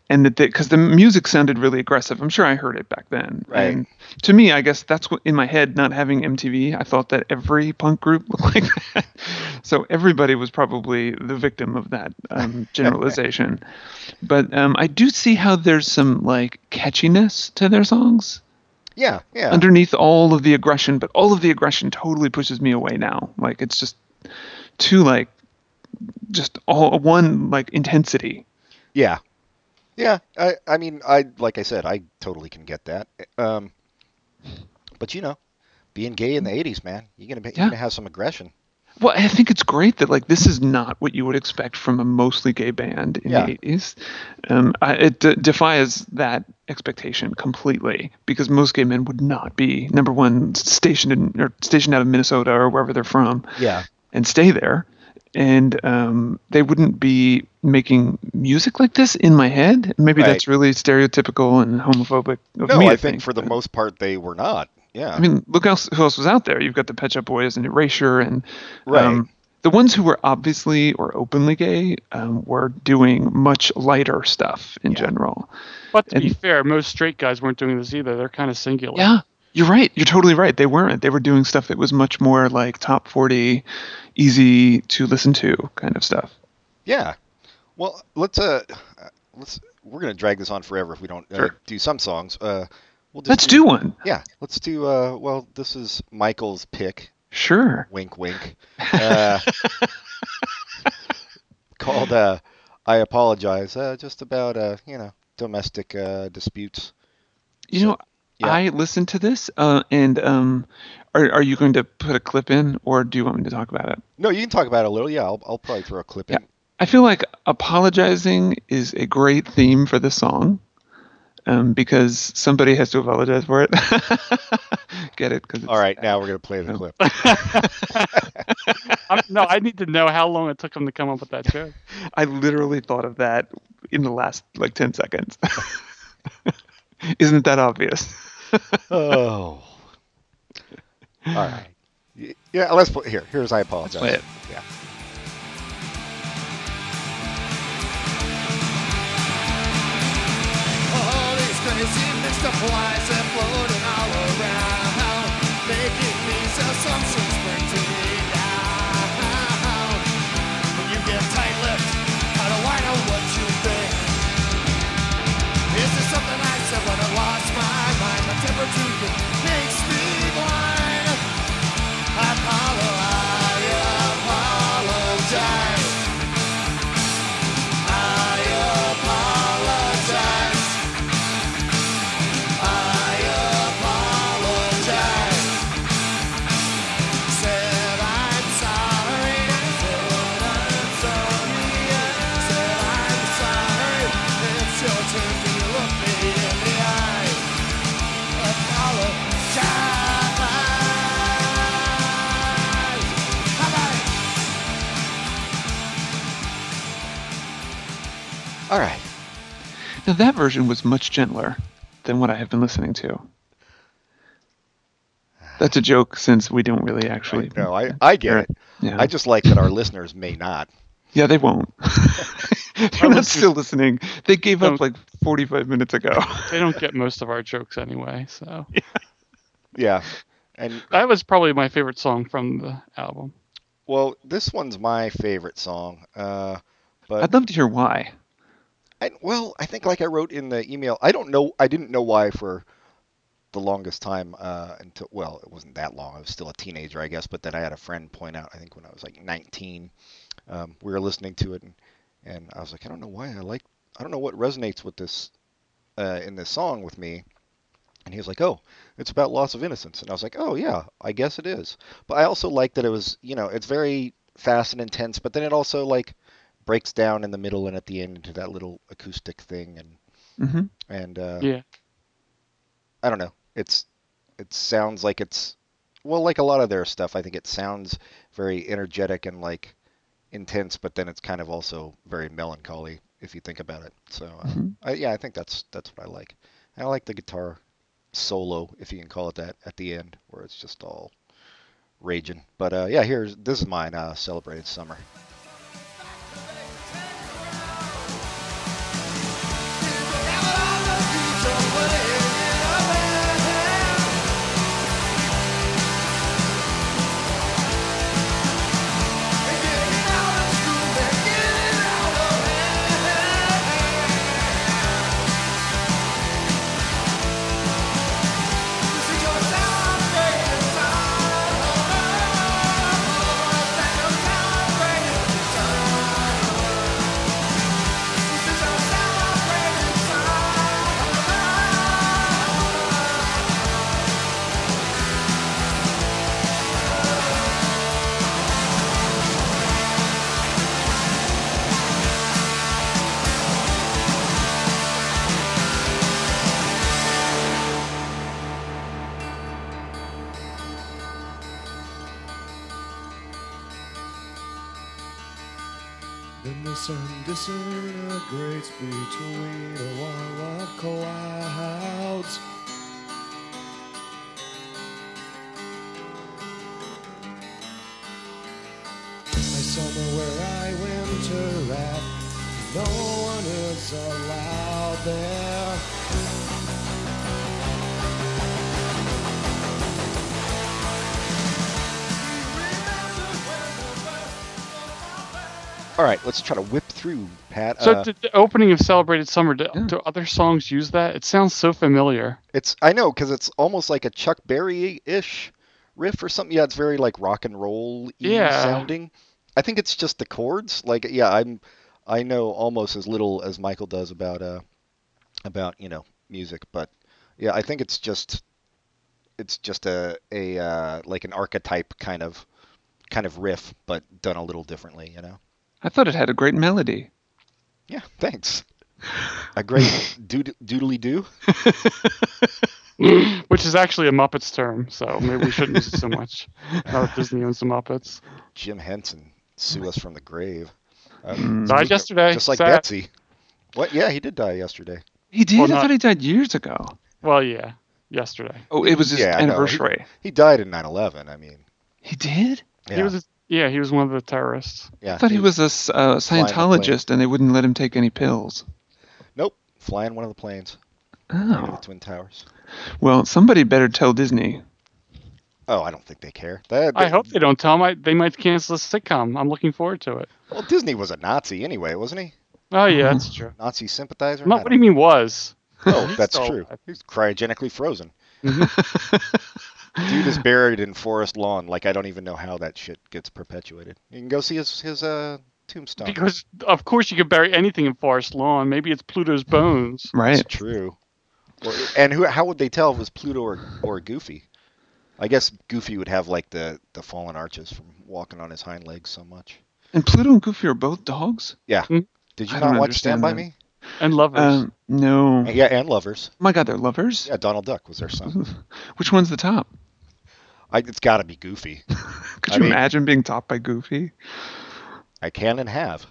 D: and that because the music sounded really aggressive i'm sure i heard it back then
B: Right.
D: and to me i guess that's what in my head not having mtv i thought that every punk group looked like that so everybody was probably the victim of that um, generalization but um, i do see how there's some like catchiness to their songs
B: Yeah. Yeah.
D: underneath all of the aggression, but all of the aggression totally pushes me away now. Like it's just too like just all one like intensity.
B: yeah. Yeah. I, I mean, I like I said, I totally can get that. Um, but you know, being gay in the '80s, man, you're gonna be,
D: Yeah.
B: you're gonna have some aggression.
D: Well, I think it's great that like this is not what you would expect from a mostly gay band in
B: Yeah.
D: the eighties. Um, I, it de- defies that expectation completely because most gay men would not be number one stationed in or stationed out of Minnesota or wherever they're from.
B: Yeah.
D: and stay there. And um, they wouldn't be making music like this in my head. Maybe
B: Right.
D: that's really stereotypical and homophobic of
B: No,
D: me.
B: I
D: to
B: think for the
D: but-
B: most part they were not. Yeah.
D: I mean, look else, who else was out there. You've got the Pet Shop Boys and Erasure, and um,
B: Right.
D: the ones who were obviously or openly gay um, were doing much lighter stuff in
B: Yeah.
D: general.
C: But to be
D: And-
C: fair, most straight guys weren't doing this either. They're kind of singular.
D: Yeah, you're right. You're totally right. They weren't. They were doing stuff that was much more like top 40, easy to listen to kind of stuff.
B: Yeah. Well, let's uh, let's we're gonna drag this on forever if we don't uh,
D: Sure.
B: do some songs. Uh, we'll just
D: Let's do one.
B: Yeah, let's do. Uh, well, this is Michael's pick.
D: Sure.
B: Wink, wink. Uh, called. Uh, I apologize. Uh, just about uh, you know domestic uh, disputes.
D: You
B: So-
D: know,
B: yeah.
D: I listened to this, uh, and um, are are you going to put a clip in, or do you want me to talk about it?
B: No, you can talk about it a little. Yeah, I'll, I'll probably throw a clip
D: Yeah.
B: in.
D: I feel like apologizing is a great theme for this song. um, because somebody has to apologize for it. Get it? Cause it's,
B: All right, now we're gonna play the clip.
C: I'm, no, I need to know how long it took him to come up with that joke.
D: I literally thought of that in the last like ten seconds. Isn't that obvious?
B: Oh. All right. Y- Yeah, let's play here. Here's I apologize.
D: play it.
B: Yeah.
E: All these crazy mixed up lies that floating all around, making these assumptions bring to me down. When you get tight-lipped, how do I know what you think? Is there something I said when I lost my mind? My temper to you makes me blind. I apologize. I apologize. I apologize. I apologize. Said I'm sorry. Said I'm sorry. Said I'm sorry. It's your turn to look me in the eye. Apologize. Bye-bye.
B: All right.
D: Now that version was much gentler than what I have been listening to. That's a joke since we don't really actually.
B: No, I, I get it.
D: Yeah.
B: I just like that our listeners may not.
D: Yeah, they won't. They're not still listening. They gave up
C: Don't-
D: like 45 minutes ago.
C: They don't get most of our jokes anyway, so
B: Yeah. And
C: that was probably my favorite song from the album.
B: well, this one's my favorite song. Uh, but
D: I'd love to hear why.
B: I, well, I think like I wrote in the email, I don't know, I didn't know why for the longest time uh, until well, it wasn't that long. I was still a teenager, I guess. But then I had a friend point out, I think when I was like 19, um, we were listening to it, and, and I was like, I don't know why I like, I don't know what resonates with this uh, in this song with me. And he was like, "Oh, it's about loss of innocence," and I was like, "Oh yeah, I guess it is." But I also like that it was, you know, it's very fast and intense, but then it also like breaks down in the middle and at the end into that little acoustic thing, and
D: hmm
B: and uh,
C: Yeah.
B: I don't know. It's it sounds like it's well, like a lot of their stuff. I think it sounds very energetic and like intense, but then it's kind of also very melancholy if you think about it. So uh,
D: Mhm.
B: I, yeah, I think that's that's what I like. And I like the guitar solo, if you can call it that, at the end where it's just all raging. But uh, yeah, here's this is mine. Uh, Celebrated summer.
A: Then the sun disintegrates between a wall of clouds. A summer where I winter at, no one is allowed there.
B: All right, let's try to whip through, Pat.
C: So
B: Uh,
C: did the opening of Celebrated Summer, do,
D: Yeah.
C: do other songs use that? It sounds so familiar.
B: It's I know because it's almost like a Chuck Berry ish riff or something. Yeah, it's very like rock and roll
C: Yeah.
B: sounding. I think it's just the chords. Like yeah, I'm I know almost as little as Michael does about uh about you know music, but yeah, I think it's just it's just a a uh, like an archetype kind of kind of riff, but done a little differently. You know.
D: I thought it had a great melody.
B: Yeah. Thanks. A great dood- doodly doo.
C: which is actually a Muppets term, so maybe we shouldn't use it so much. Now that Disney owns the Muppets.
B: Jim Henson sue us from the grave. Um,
C: Died yesterday.
B: Just like
C: sad.
B: Betsy. What? Yeah, he did die yesterday.
D: He did.
C: Well,
D: I
C: not-
D: thought he died years ago.
C: Well, yeah, yesterday.
D: Oh, it was his
B: Yeah, I know.
D: anniversary.
B: He died in 9/11. I mean,
D: He did.
B: yeah,
C: He was. a- Yeah, he was one of the terrorists.
B: yeah.
D: I thought he was a s- uh,
B: flying the plane.
D: Scientologist, and they wouldn't let him take any pills.
B: Nope, flying one of the planes into the
D: Oh.
B: twin towers.
D: Well, somebody better tell Disney.
B: Oh, I don't think they care. That,
C: I hope they don't tell him. I, they might cancel the sitcom. I'm looking forward to it.
B: Well, Disney was a Nazi anyway, wasn't he?
C: Oh yeah, that's true.
B: Nazi sympathizer.
C: Not, what do you mean was?
B: Oh, that's
C: still
B: true.
C: alive.
B: He's cryogenically frozen.
C: Mm-hmm.
B: Dude is buried in forest lawn. Like I don't even know how that shit gets perpetuated. You can go see his his uh, tombstone.
C: Because of course you could bury anything in forest lawn. Maybe it's Pluto's bones.
D: Right.
B: It's true. Well, and who? How would they tell if it was Pluto or, or Goofy? I guess Goofy would have like the the fallen arches from walking on his hind legs so much.
D: And Pluto and Goofy are both dogs.
B: Did you
D: Hmm. I
B: not watch
D: don't
B: Stand
D: understand
B: by
D: that.
B: Me?
C: And lovers.
D: Um, no.
B: Yeah, and Lovers.
D: My God, they're lovers.
B: Yeah, Donald Duck was their son.
D: Which one's the top?
B: I, it's got to be Goofy.
D: Could
B: I
D: you
B: mean-
D: imagine being topped by Goofy?
B: I can and have.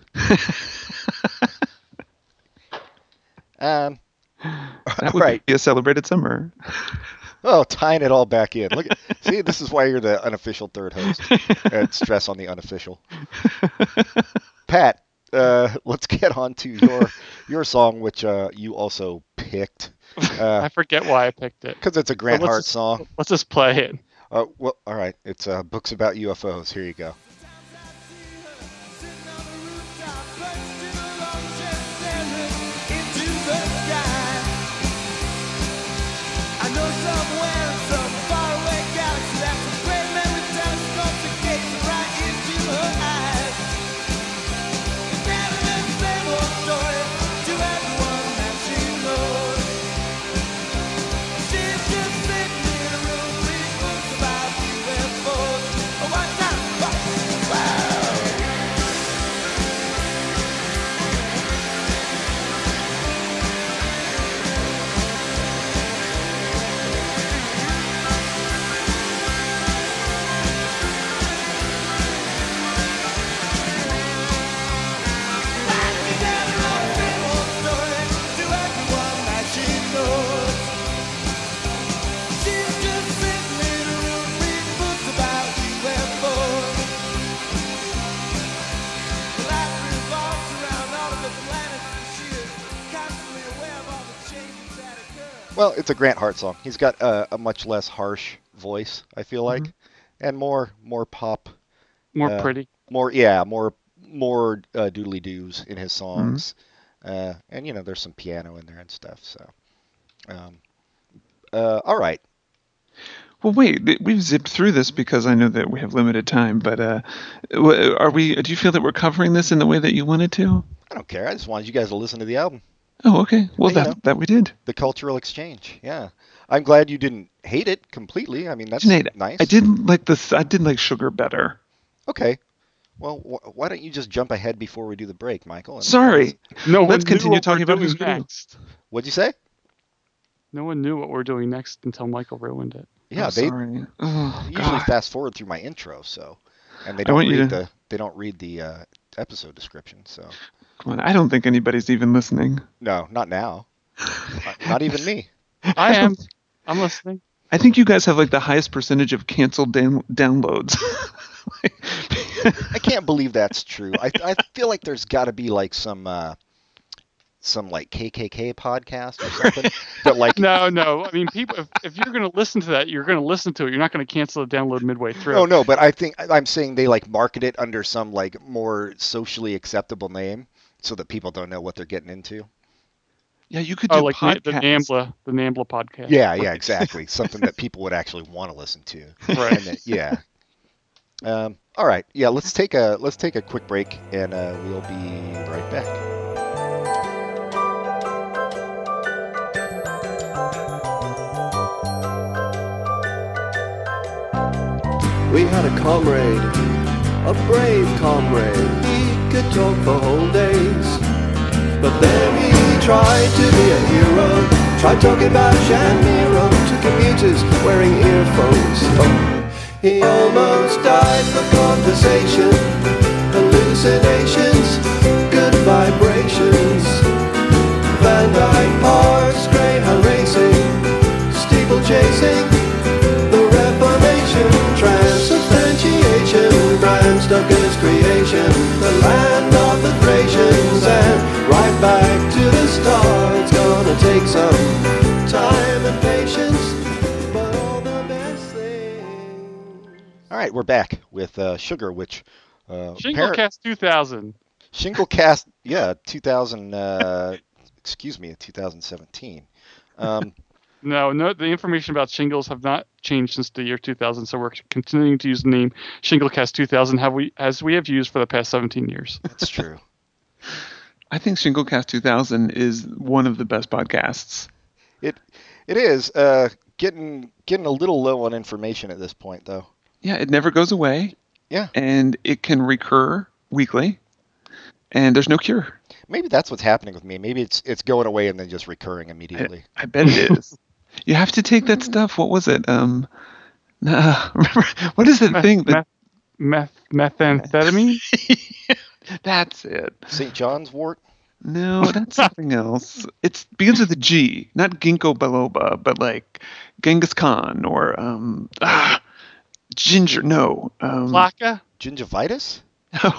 B: um.
D: That would
B: Right.
D: be a celebrated summer.
B: Oh, tying it all back in. Look, at, see, this is why you're the unofficial third host. and stress on the unofficial. Pat, uh, let's get on to your your song, which uh, you also picked,
C: I
B: because
C: forget why I picked it.
B: it's a Grant
C: Well,
B: Hart
C: let's just-
B: song.
C: Let's just play it.
B: Uh, well, all right, it's uh, books about UFOs. Here you go.
E: Watch out!
B: Well, it's a Grant Hart song. He's got uh, a much less harsh voice, I feel like, and more more pop,
C: More
B: Uh,
C: pretty.
B: more yeah, more more uh, doodly doos in
D: Mm-hmm.
B: his songs, uh, and you know there's some piano in there and stuff. So, um, uh, all right.
D: Well, wait. th- We've zipped through this because I know that we have limited time. But uh, w- are we? Do you feel that we're covering this in the way that you wanted to?
B: I don't care. I just wanted you guys to listen to the album,
D: Oh, okay. Well,
B: Yeah, you
D: that
B: know.
D: that we did.
B: the cultural exchange. Yeah, I'm glad you didn't hate it completely. I mean, that's
D: Sinead,
B: nice.
D: I didn't like the. Th- I did like sugar better.
B: Okay. Well, wh- why don't you just jump ahead before we do the break, Michael? and-
D: Sorry.
C: No one
D: Let's
C: knew
D: continue
C: what we're
D: talking about
C: doing
D: who's gonna-
C: next.
B: What'd you say?
C: No one knew what we're doing next until Michael ruined it.
B: Yeah,
D: I'm
B: they
D: sorry. Oh,
B: usually
D: God.
B: fast forward through my intro, so and they
D: I
B: don't
D: want
B: read
D: you to-
B: the they don't read the uh, episode description. So
D: Come on. I don't think anybody's even listening.
B: no, not now. not, not even me.
C: I am. I'm listening.
D: I think you guys have like the highest percentage of canceled down- downloads.
B: I can't believe that's true. I I feel like there's got to be like some. Uh, some like KKK podcast or something, but like
C: No, no. I mean, people. If, if you're going to listen to that, you're going to listen to it. You're not going to cancel the download midway through.
D: Oh,
B: No, no, but I think I- I'm saying they like market it under some like more socially acceptable name so that people don't know what they're getting into.
D: yeah, you could do
C: Oh, like Na- the
D: podcasts.
C: Nambla, the Nambla podcast.
B: Yeah, yeah, exactly. Something that people would actually want to listen to.
C: Right.
B: And that- yeah. Um, all right. Yeah, let's take a let's take a quick break and uh, we'll be right back.
A: We had a comrade, a brave comrade. He could talk for whole days, but then he tried to be a hero. Tried talking about Shamiro to commuters wearing earphones. He almost died for conversation. Hallucinations, good vibrations. Van Dyke Parks, greyhound racing, steeple chasing. The Reformation, transubstantiation, Bram Stoker's creation, the land of the Thracians, and right back to the start. It's gonna take some time and patience, but all the best things.
B: All right, we're back with uh, Sugar, which uh, appar-
C: Shinglecast 2000.
B: Shinglecast, yeah, 2000. Uh, excuse me, 2017. Um,
C: No, no, the information about shingles have not changed since the year 2000, so we're continuing to use the name Shinglecast 2000 have we, as we have used for the past 17 years.
B: that's true.
D: I think Shinglecast 2000 is one of the best podcasts.
B: It it is uh, getting getting a little low on information at this point, though.
D: Yeah, it never goes away.
B: Yeah.
D: And it can recur weekly. And there's no cure.
B: Maybe that's what's happening with me. Maybe it's it's going away and then just recurring immediately.
D: I bet it is. you have to take that stuff. What was it? Um, nah, remember, what is that thing? That,
C: meth, meth, methamphetamine?
D: that's it.
B: St. John's Wort.
D: No, that's something else. It begins with a G, not Ginkgo biloba, but like Genghis Khan or um, ah, ginger. No, um,
C: Plaka?
B: Gingivitis?
D: no.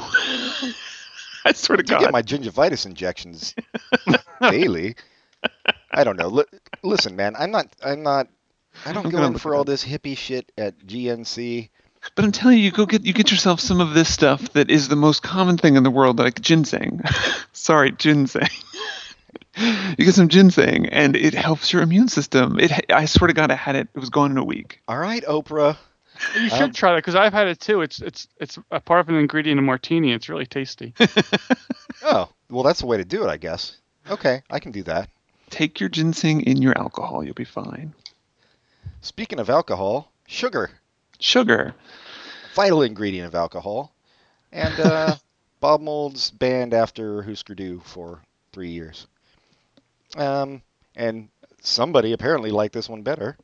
D: I swear to
B: I
D: God,
B: get my gingivitis injections daily. I don't know. Li- listen, man, I'm not. I'm not. I don't
D: I'm
B: go
D: gonna
B: in
D: look
B: for
D: it
B: all
D: up.
B: this hippie shit at GNC.
D: but I'm telling you, you go get you get yourself some of this stuff that is the most common thing in the world, like ginseng. Sorry, ginseng. you get some ginseng, and it helps your immune system. It, I swear to God, I had it. It was gone in a week.
B: All right, Oprah.
C: You should try that because I've had it too. It's it's it's a part of an ingredient in martini. It's really tasty.
B: Oh, well, that's the way to do it, I guess. Okay, I can do that.
D: Take your ginseng in your alcohol. You'll be fine.
B: Speaking of alcohol, sugar,
D: Sugar.
B: vital ingredient of alcohol, and uh, Bob Mold's banned after Husker Du for three years. Um, and somebody apparently liked this one better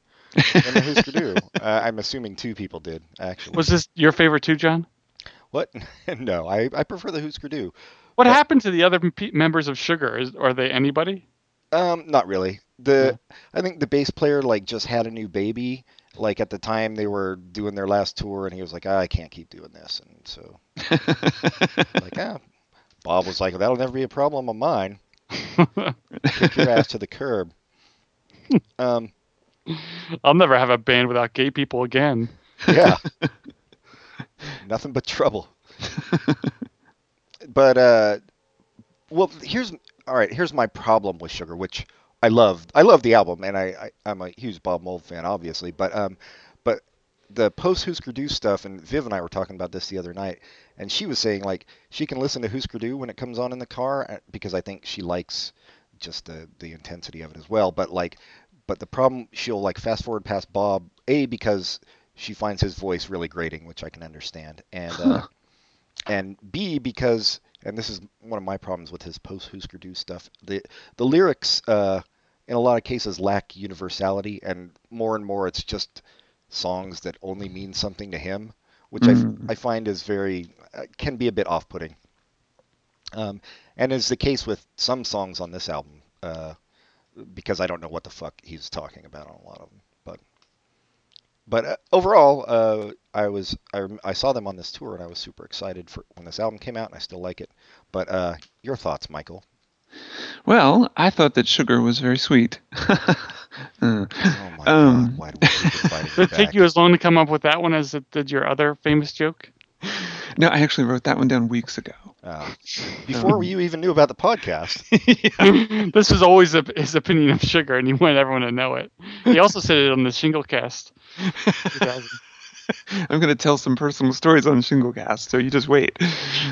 B: than the Husker Du. Uh, I'm assuming two people did actually.
C: Was this your favorite too, John?
B: What? no, I, I prefer the Husker Du.
C: What happened to the other pe- members of Sugar? Is, are they anybody?
B: Um, not really. The I think the bass player like just had a new baby. Like at the time they were doing their last tour, and he was like, "Ah, "I can't keep doing this," and so like, "Ah." Bob was like, "That'll never be a problem of mine." Kick your ass to the curb. Um,
C: I'll never have a band without gay people again.
B: yeah, nothing but trouble. but uh, well, here's all right. Here's my problem with Sugar, which I love. I love the album, and I, I I'm a huge Bob Mold fan, obviously. But um, but the post Husker Du stuff, and Viv and I were talking about this the other night, and she was saying like she can listen to Husker Du when it comes on in the car uh, because I think she likes just the the intensity of it as well. But like, but the problem she'll like fast forward past Bob a because she finds his voice really grating, which I can understand, and. Uh, and B because and this is one of my problems with his post Husker Du stuff. The the lyrics uh, in a lot of cases lack universality, and more and more it's just songs that only mean something to him, which I f I I, find is very uh, can be a bit off putting. Um, and is the case with some songs on this album, uh, because I don't know what the fuck he's talking about on a lot of them. But but uh, overall, uh, I was I, rem- I saw them on this tour and I was super excited for when this album came out and I still like it. But uh, your thoughts, Michael?
D: Well, I thought that sugar was very sweet.
B: Oh my
D: Um.
B: god, why do we keep inviting you
C: Did it take
B: back?
C: you as long to come up with that one as it did your other famous joke?
D: no, I actually wrote that one down weeks ago.
B: Oh.
D: Um,
B: before you even knew about the podcast?
C: this is always a, his opinion of Sugar, and he wanted everyone to know it. He also said it on the Shinglecast. 2000.
D: I'm going to tell some personal stories on Shinglecast, so you just wait.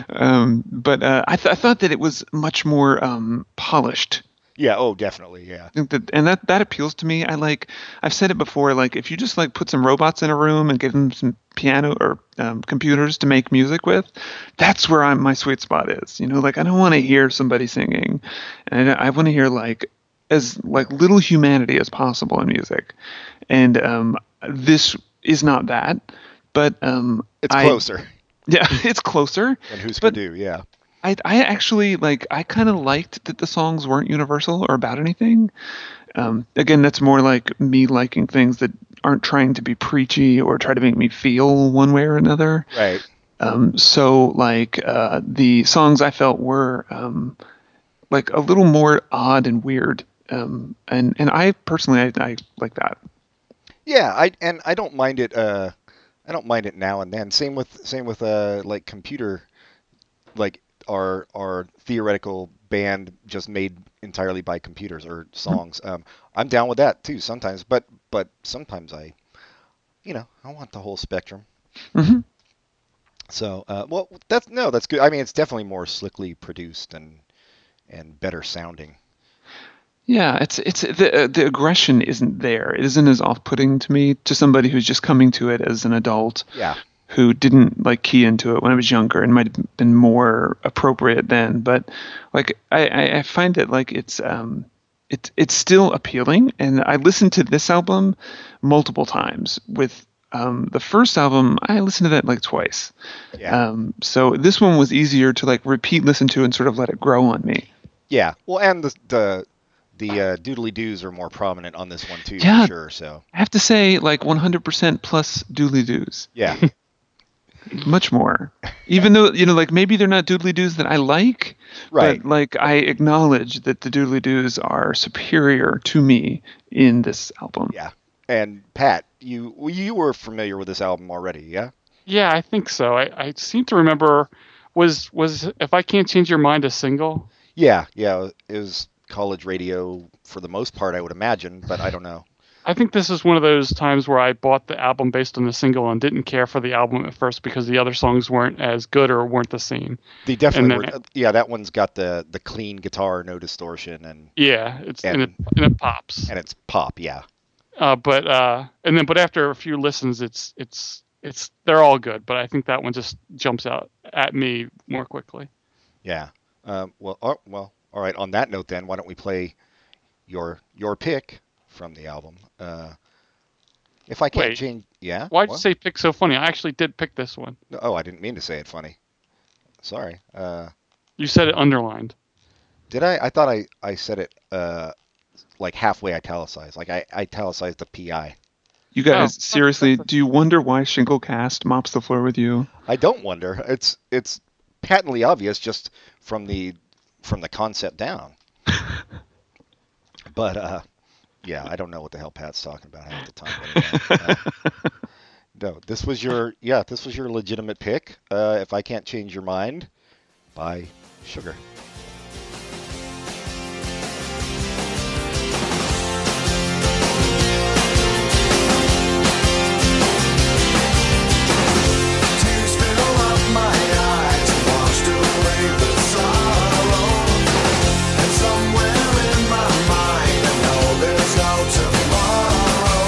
D: Um, but uh, I, th- I thought that it was much more um, polished
B: Yeah. Oh, definitely. Yeah.
D: think that and that that appeals to me i like i've said it before like if you just like put some robots in a room and give them some piano or um, computers to make music with that's where i'm my sweet spot is you know like i don't want to hear somebody singing and i want to hear like as like little humanity as possible in music and um, this is not that but um
B: It's
D: I-
B: closer.
D: yeah it's closer
B: And who's
D: but-
B: Purdue? Yeah.
D: I, I actually like I kind of liked that the songs weren't universal or about anything. Um, again, that's more like me liking things that aren't trying to be preachy or try to make me feel one way or another.
B: Right.
D: Um, so like uh, the songs I felt were um, like a little more odd and weird. Um, and and I personally I, I like that.
B: Yeah, I and I don't mind it. Uh, I don't mind it now and then. Same with same with uh, like computer, like our our theoretical band just made entirely by computers or songs. Um, I'm down with that too sometimes, but but sometimes I, you know, I want the whole spectrum.
D: Mhm.
B: So uh, well, that's no, that's good. I mean, it's definitely more slickly produced and and better sounding.
D: Yeah, it's it's the uh, the aggression isn't there. It isn't as off-putting to me to somebody who's just coming to it as an adult.
B: Yeah.
D: who didn't like key into it when I was younger and might have been more appropriate then. But like I, I, I find that like it's um it's it's still appealing and I listened to this album multiple times with um, the first album I listened to that like twice.
B: Yeah.
D: Um, so this one was easier to like repeat listen to and sort of let it grow on me.
B: Yeah. Well, and the the the uh, doodly doos are more prominent on this one too,
D: Yeah.
B: for sure. So
D: I have to say like 100% plus doodly doos.
B: yeah,
D: much more. Even though you know, like maybe they're not doodly doos that I like,
B: Right.
D: But, like I acknowledge that the doodly doos are superior to me in this album.
B: yeah. And Pat, you well, you were familiar with this album already, yeah?
C: Yeah, I think so. I, I seem to remember was was if I can't change your mind a single.
B: Yeah, yeah. It was college radio for the most part, I would imagine, but I don't know.
C: I think this is one of those times where I bought the album based on the single and didn't care for the album at first because the other songs weren't as good or weren't the same.
B: They definitely
C: And then-
B: were. Yeah, that one's got the the clean guitar, no distortion, and
C: Yeah, it's and, it,
B: And-
C: and it pops.
B: and it's pop. Yeah,
C: Uh, but uh, and then but after a few listens, it's it's it's they're all good. But I think that one just jumps out at me more quickly.
B: yeah. Um, well, all, well, all right. On that note, then, why don't we play your your pick from the album? Uh, if I can't
C: Wait.
B: change, yeah.
C: Why'd you
B: what?
C: say pick so funny? I actually did pick this one.
B: No, oh, I didn't mean to say it funny. Sorry. Uh,
C: You said it underlined.
B: did I? I thought I, I said it uh, like halfway italicized. Like I, I italicized the PI.
D: You guys,
C: Oh.
D: seriously, do you wonder why Shinglecast mops the floor with you?
B: I don't wonder. It's it's patently obvious just from the from the concept down. but uh, yeah, I don't know what the hell Pat's talking about half the time. anyway. Uh, no, this was your yeah, this was your legitimate pick. Uh, if I can't change your mind, by Sugar.
E: Tears fill up my eyes, washed away the sorrow. And somewhere in my mind, I know there's no tomorrow.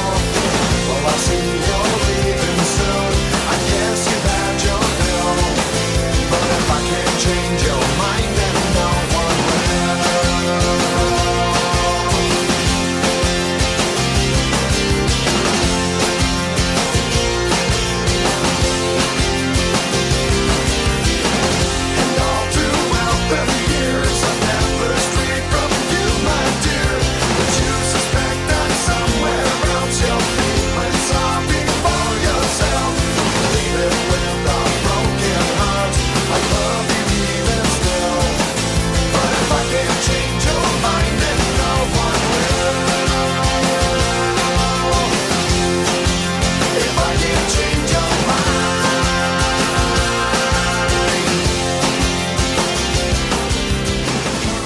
E: Well, I see you're leaving soon. I guess you've had your fill. But if I can't change your mind, then no one will. Change your mind and no one will. If I can change your mind, even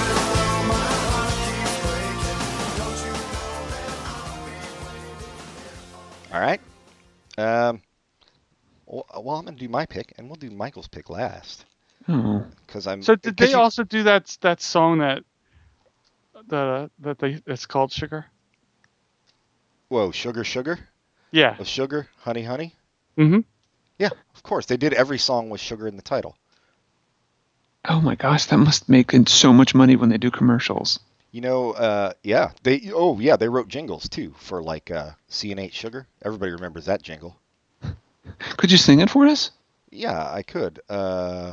E: though my heart keeps breaking, don't you know that I'll be
B: All right. Um, well, uh, well, I'm gonna do my pick, and we'll do Michael's pick last
D: Oh.
B: because I'm.
C: So did
B: 'cause
C: they
B: you-
C: also do that that song that that uh, that they it's called sugar?
B: Whoa, sugar, sugar,
C: Yeah.
B: of sugar, honey, honey.
C: Mm-hmm.
B: Yeah, of course they did. Every song with sugar in the title.
D: Oh my gosh, that must make so much money when they do commercials.
B: You know, uh, yeah, they. Oh, yeah, they wrote jingles too for like uh, CNH Sugar. Everybody remembers that jingle.
D: Could you sing it for us?
B: Yeah, I could. Uh,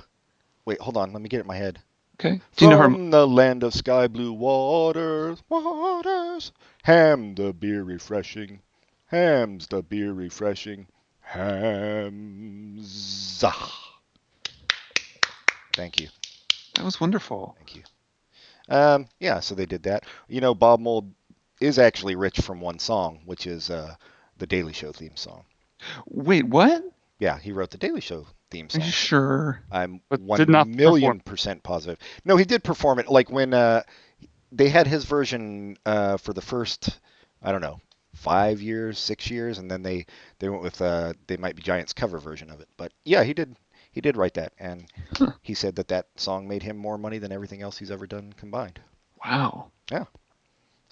B: wait, hold on. Let me get it in my head.
D: Okay.
B: From
D: Do you know her?
B: the land of sky blue waters, waters. Ham the beer refreshing. Ham's the beer refreshing. Ham's. Thank you.
D: That was wonderful.
B: Thank you. Um, yeah, so they did that. You know, Bob Mold is actually rich from one song, which is uh, the Daily Show theme song.
D: Wait, what?
B: Yeah, he wrote the Daily Show theme
D: Are
B: song.
D: you sure?
B: I'm
C: But
B: one
C: did not
B: million
C: perform.
B: percent positive. No, he did perform it. Like when uh, they had his version uh, for the first, I don't know, five years, six years, and then they they went with uh, they might be Giants cover version of it. But yeah, he did he did write that, and he said that that song made him more money than everything else he's ever done combined.
D: Wow.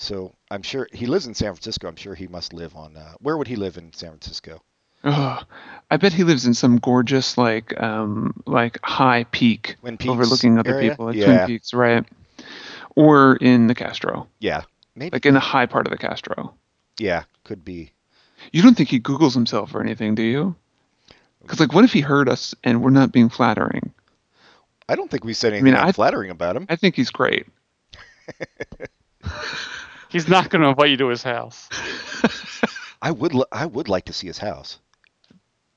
B: So I'm sure he lives in San Francisco. I'm sure he must live on. Uh, where would he live in San Francisco?
D: Ugh. I bet he lives in some gorgeous, like, um, like high peak,
B: Twin Peaks
D: overlooking other
B: area?
D: people, like
B: Yeah.
D: Twin Peaks, right? Or in the Castro,
B: Yeah, maybe.
D: like in the high part of the Castro.
B: yeah, could be.
D: You don't think he Googles himself or anything, do you? Because, like, what if he heard us and we're not being flattering?
B: I don't think we said anything
D: I-
B: flattering about him.
D: I think he's great.
C: He's not going to invite you to his house.
B: I would li- I would like to see his house.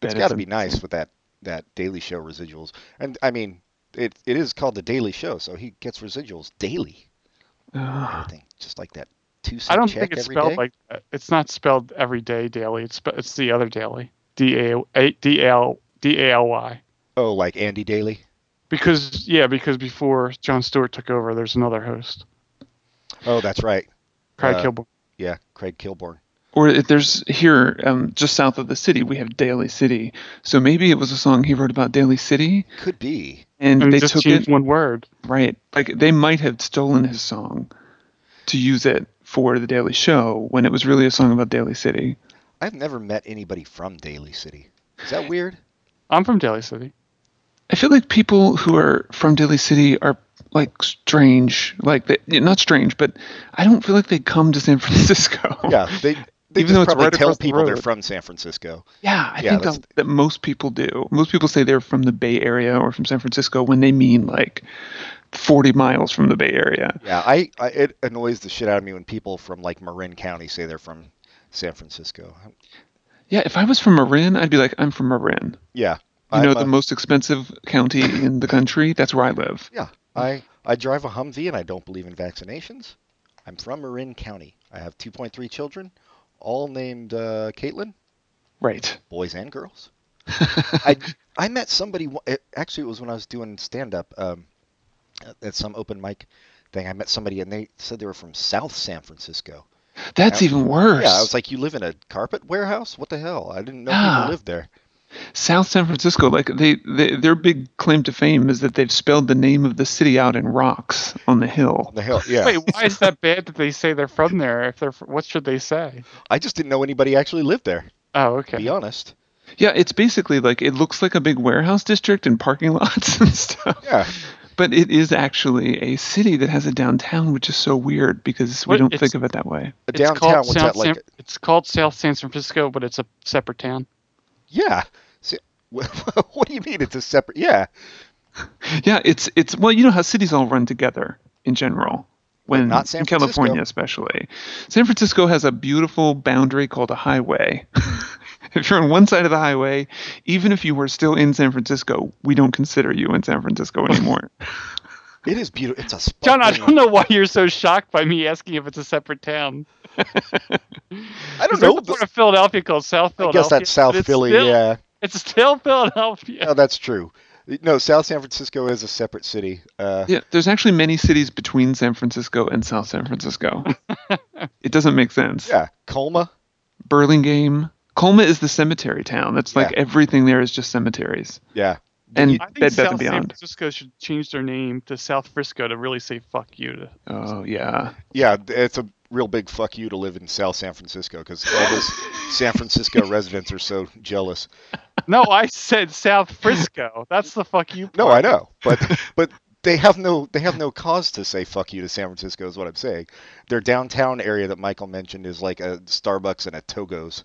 D: Bet
B: it's got to
D: a-
B: be nice with that that Daily Show residuals. And I mean, it it is called the Daily Show, so he gets residuals daily.
D: Ugh.
B: I think just like that two cent
C: I don't
B: check
C: think it's
B: every
C: spelled
B: day.
C: like that. It's not spelled every day daily. It's spe- it's the other daily. D A A- D L D A L Y.
B: oh, like Andy Daly.
C: Because yeah, because before John Stewart took over, there's another host,
B: Oh, that's right.
C: Craig
B: Uh,
C: Kilborn.
B: Yeah, Craig Kilborn.
D: Or if there's here, um, just south of the city, we have Daly City. So maybe it was a song he wrote about Daly City,
B: Could be.
D: and,
C: And
D: they
C: just
D: took
C: changed
D: it
C: one word.
D: right. Like they might have stolen his song to use it for the Daily Show when it was really a song about Daly City.
B: I've never met anybody from Daly City. Is that weird?
C: I'm from Daly City.
D: I feel like people who are from Daly City are like strange, like they, yeah, not strange, but I don't feel like they come to San Francisco.
B: Yeah, they they
D: Even though
B: just
D: it's
B: probably
D: right
B: tell
D: across the
B: people they're
D: road.
B: from San Francisco.
D: Yeah, I
B: Yeah,
D: think
B: that's-
D: that, that most people do. Most people say they're from the Bay Area or from San Francisco when they mean like 40 miles from the Bay Area.
B: Yeah, I, I it annoys the shit out of me when people from like Marin County say they're from San Francisco.
D: Yeah, if I was from Marin, I'd be like, I'm from Marin.
B: Yeah,
D: You
B: I'm
D: know,
B: a-
D: the most expensive county in the country. That's where I live.
B: Yeah, I I drive a Humvee and I don't believe in vaccinations. I'm from Marin County. I have 2.3 children, all named uh, Caitlin,
D: Right.
B: boys and girls. I I met somebody. wa- it- Actually, it was when I was doing stand up um, at- at some open mic thing. I met somebody and they said they were from South San Francisco.
D: That's
B: Yeah.
D: even worse.
B: Yeah, I was like, you live in a carpet warehouse? What the hell? I didn't know
D: Yeah.
C: Ah.
B: people lived there.
D: South San Francisco, like they, they, their big claim to fame is that they've spelled the name of the city out in rocks on the hill.
B: The hell, yeah.
C: Wait, why is that bad that they say they're from there? If they're, fr- what should they say?
B: I just didn't know anybody actually lived there.
C: Oh,
B: To
C: okay.
B: be honest.
D: Yeah, it's basically like it looks like a big warehouse district and parking lots and stuff.
B: Yeah.
D: But it is actually a city that has a downtown, which is so weird because we
C: What-
D: don't
C: it's-
D: think of it that way.
B: The
C: It's
B: downtown
C: called
B: was
C: South
B: that like?
C: San, it's called South San Francisco, but it's a separate town.
B: Yeah. So, what do you mean it's a separate? Yeah.
D: Yeah, it's it's well, you know how cities all run together in general. When
B: not San
D: in California
B: Francisco.
D: especially. San Francisco has a beautiful boundary called a highway. if you're on one side of the highway, even if you were still in San Francisco, we don't consider you in San Francisco anymore.
B: It is beautiful. It's a
C: John, I
B: sparkling-
C: don't know why you're so shocked by me asking if it's a separate town.
B: I don't
C: There's
B: know.
C: a part of Philadelphia called South
B: I
C: Philadelphia.
B: guess that's
C: but
B: South
C: it's
B: Philly.
C: still-
B: Yeah.
C: It's still Philadelphia.
B: No, that's true. No, South San Francisco is a separate city. Uh,
D: yeah, there's actually many cities between San Francisco and South San Francisco. it doesn't make sense.
B: yeah. Colma.
D: Burlingame. Colma is the cemetery town. That's like
B: Yeah.
D: everything there is just cemeteries.
B: Yeah.
D: and
C: I think
D: Bed Bath
C: South
D: and
C: San
D: Beyond.
C: Francisco should change their name to South Frisco to really say fuck you to
D: Oh yeah,
B: Yeah, it's a real big fuck you to live in South San Francisco because all those San Francisco residents are so jealous.
C: No, I said South Frisco. That's the fuck you.
B: No,
C: part.
B: I know, but but they have no they have no cause to say fuck you to San Francisco is what I'm saying. Their downtown area that Michael mentioned is like a Starbucks and a Togo's.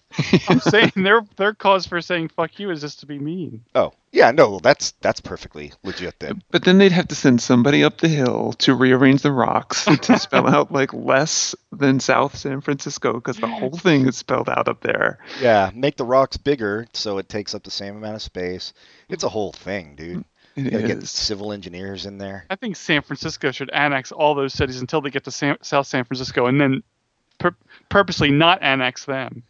C: I'm saying their their cause for saying fuck you is just to be mean.
B: Oh, yeah, no, that's that's perfectly legit then.
D: but then they'd have to send somebody up the hill to rearrange the rocks to spell out like less than South San Francisco because the whole thing is spelled out up there.
B: Yeah, make the rocks bigger so it takes up the same amount of space. It's a whole thing, dude.
D: It
B: Gotta get
D: is.
B: civil engineers in there.
C: I think San Francisco should annex all those cities until they get to San, South San Francisco, and then pur- purposely not annex them.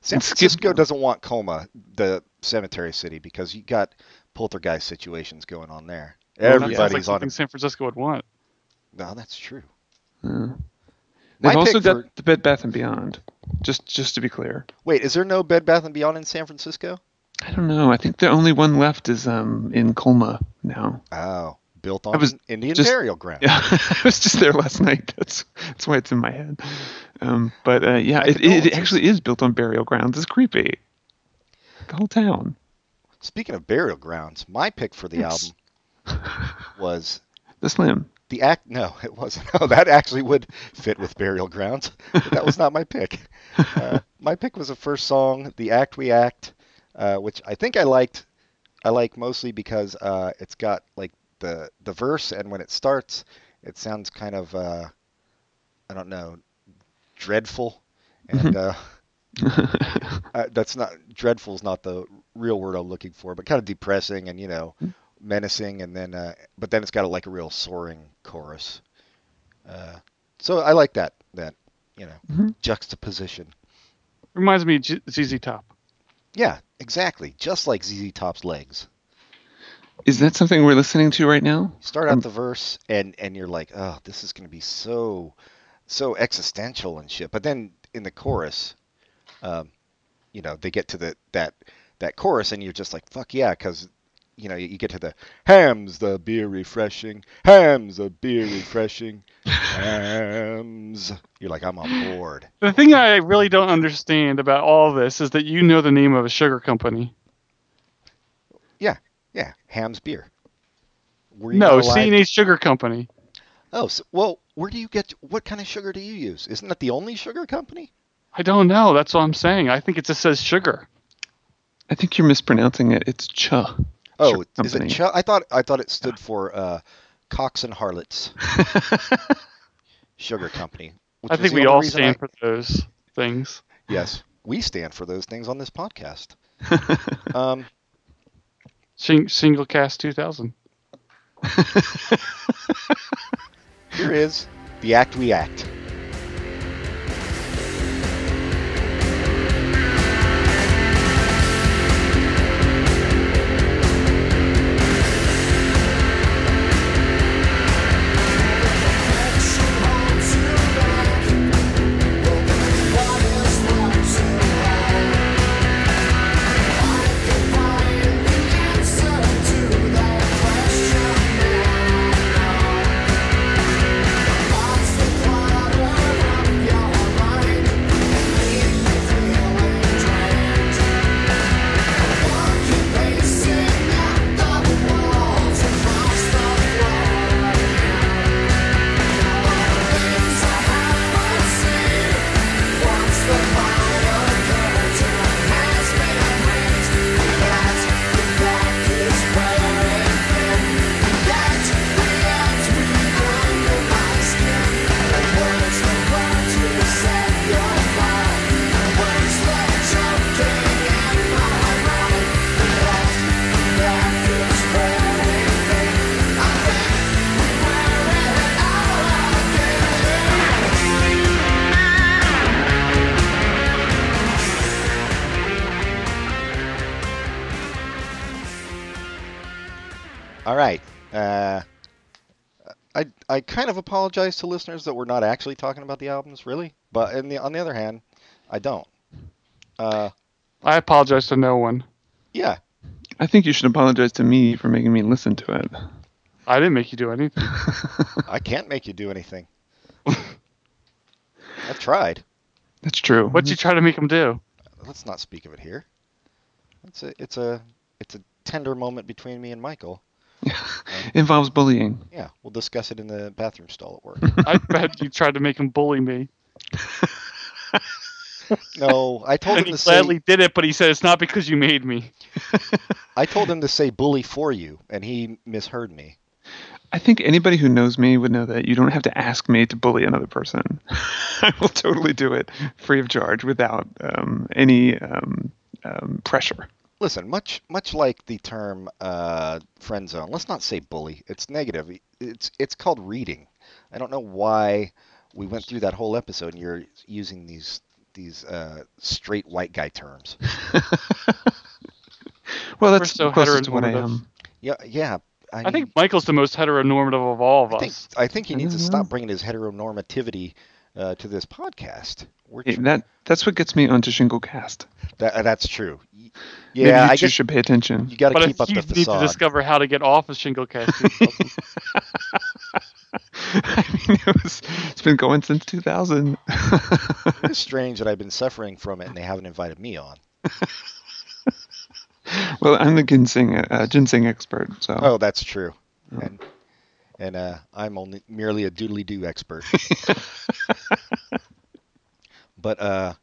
B: San
D: It's good-
B: Francisco doesn't want Coma, the cemetery city, because you got poltergeist situations going on there.
D: Oh,
C: That sounds
B: Everybody's
C: like
B: on
C: something
B: it.
C: San Francisco would want.
B: No, that's true.
D: Yeah.
B: My
D: They've also
B: pick
D: got
B: for-
D: the Bed Bath and Beyond. Just just to be clear,
B: Wait, is there no Bed Bath and Beyond in San Francisco?
D: I don't know. I think the only one left is um in Colma now.
B: Oh, built on
D: was
B: Indian
D: just-
B: burial ground.
D: Yeah, I was just there last night. That's that's why it's in my head. Um, but uh, yeah,
B: My
D: it, it,
B: condolences.
D: actually is built on burial grounds. It's creepy. The whole town.
B: Speaking of burial grounds, my pick for the
D: Yes.
B: album was
D: The slim.
B: the act. No, it wasn't. Oh, that actually would fit with burial grounds. But that was not my pick. Uh, my pick was the first song, "The Act We Act," uh, which I think I liked. I like mostly because uh, it's got like the the verse, and when it starts, it sounds kind of uh, I don't know, dreadful, and. Uh, uh, that's not dreadful is not the real word I'm looking for, but kind of depressing and you know menacing, and then uh, but then it's got a, like a real soaring chorus. Uh, so I like that that you know juxtaposition.
C: Reminds me of G- ZZ Top.
B: Yeah, exactly, just like ZZ Top's legs.
D: Is that something we're listening to right now?
B: You start out
D: Um,
B: the verse and and you're like, oh, this is gonna be so so existential and shit. But then in the chorus, um, you know, they get to the that that chorus and you're just like, fuck yeah, because you know you, you get to the hams the beer refreshing, hams the beer refreshing, hams. You're like, I'm on board.
C: The thing I really don't understand about all this is that you know the name of a sugar company.
B: Yeah, yeah, hams beer. Were you
C: No,
B: alive-
C: CNH Sugar Company.
B: Oh, so, well, where do you get? What kind of sugar do you use? Isn't that the only sugar company?
C: I don't know. That's what I'm saying. I think it just says sugar.
D: I think you're mispronouncing it. It's Cha.
B: Oh,
D: Sugar
B: is it
D: company.
B: ch- I thought I thought it stood for uh, Cox and Harlots Sugar Company. which
C: I
B: is
C: think
B: the
C: we
B: only
C: all
B: reason
C: stand
B: I-
C: for those things.
B: yes, we stand for those things on this podcast. um,
C: Sing- single cast 2000.
B: here is the act we act. All right. Uh, I I kind of apologize to listeners that we're not actually talking about the albums, really. But in the, on the other hand, I don't. Uh,
C: I apologize to no one.
B: yeah.
D: I think you should apologize to me for making me listen to it.
C: I didn't make you do anything.
B: I can't make you do anything. I've tried.
D: That's true.
C: What'd you try to make him do?
B: Let's not speak of it here. It's a it's a it's a tender moment between me and Michael.
D: involves bullying?
B: Yeah, we'll discuss it in the bathroom stall at work.
C: I bet you tried to make him bully me.
B: no, I told
C: And
B: him
C: he
B: to say
C: gladly did it, but he said it's not because you made me.
B: I told him to say bully for you, and he misheard me.
D: I think anybody who knows me would know that you don't have to ask me to bully another person. I will totally do it free of charge without um, any um, um, pressure.
B: Listen, much much like the term uh, friend zone, let's not say bully. It's negative. It's it's called reading. I don't know why we went through that whole episode and you're using these these uh, straight white guy terms.
D: Well, that's
C: so
D: closer to what I
C: heteronormative.
D: am.
B: Yeah, yeah. I,
C: I think Michael's the most heteronormative of all of
B: I
C: us.
B: think, I think he
D: I
B: needs to
D: don't
B: stop
D: know.
B: bringing his heteronormativity uh, to this podcast. We're
D: Yeah,
B: tr-
D: That that's what gets me onto Shinglecast.
B: that, uh, that's true. Y-
D: Maybe
B: Yeah,
D: you
B: I
D: two
B: guess
D: should pay attention.
B: you got
C: but
B: to
C: I
B: keep up
C: think you
B: the
C: need to
B: facade.
C: discover how to get off of shingle casting.
D: I mean, it was, it's been going since 2000.
B: It's strange that I've been suffering from it and they haven't invited me on.
D: well, I'm the ginseng uh, ginseng expert, so
B: Oh, that's true. And and uh, I'm only merely a doodly doo expert. but uh,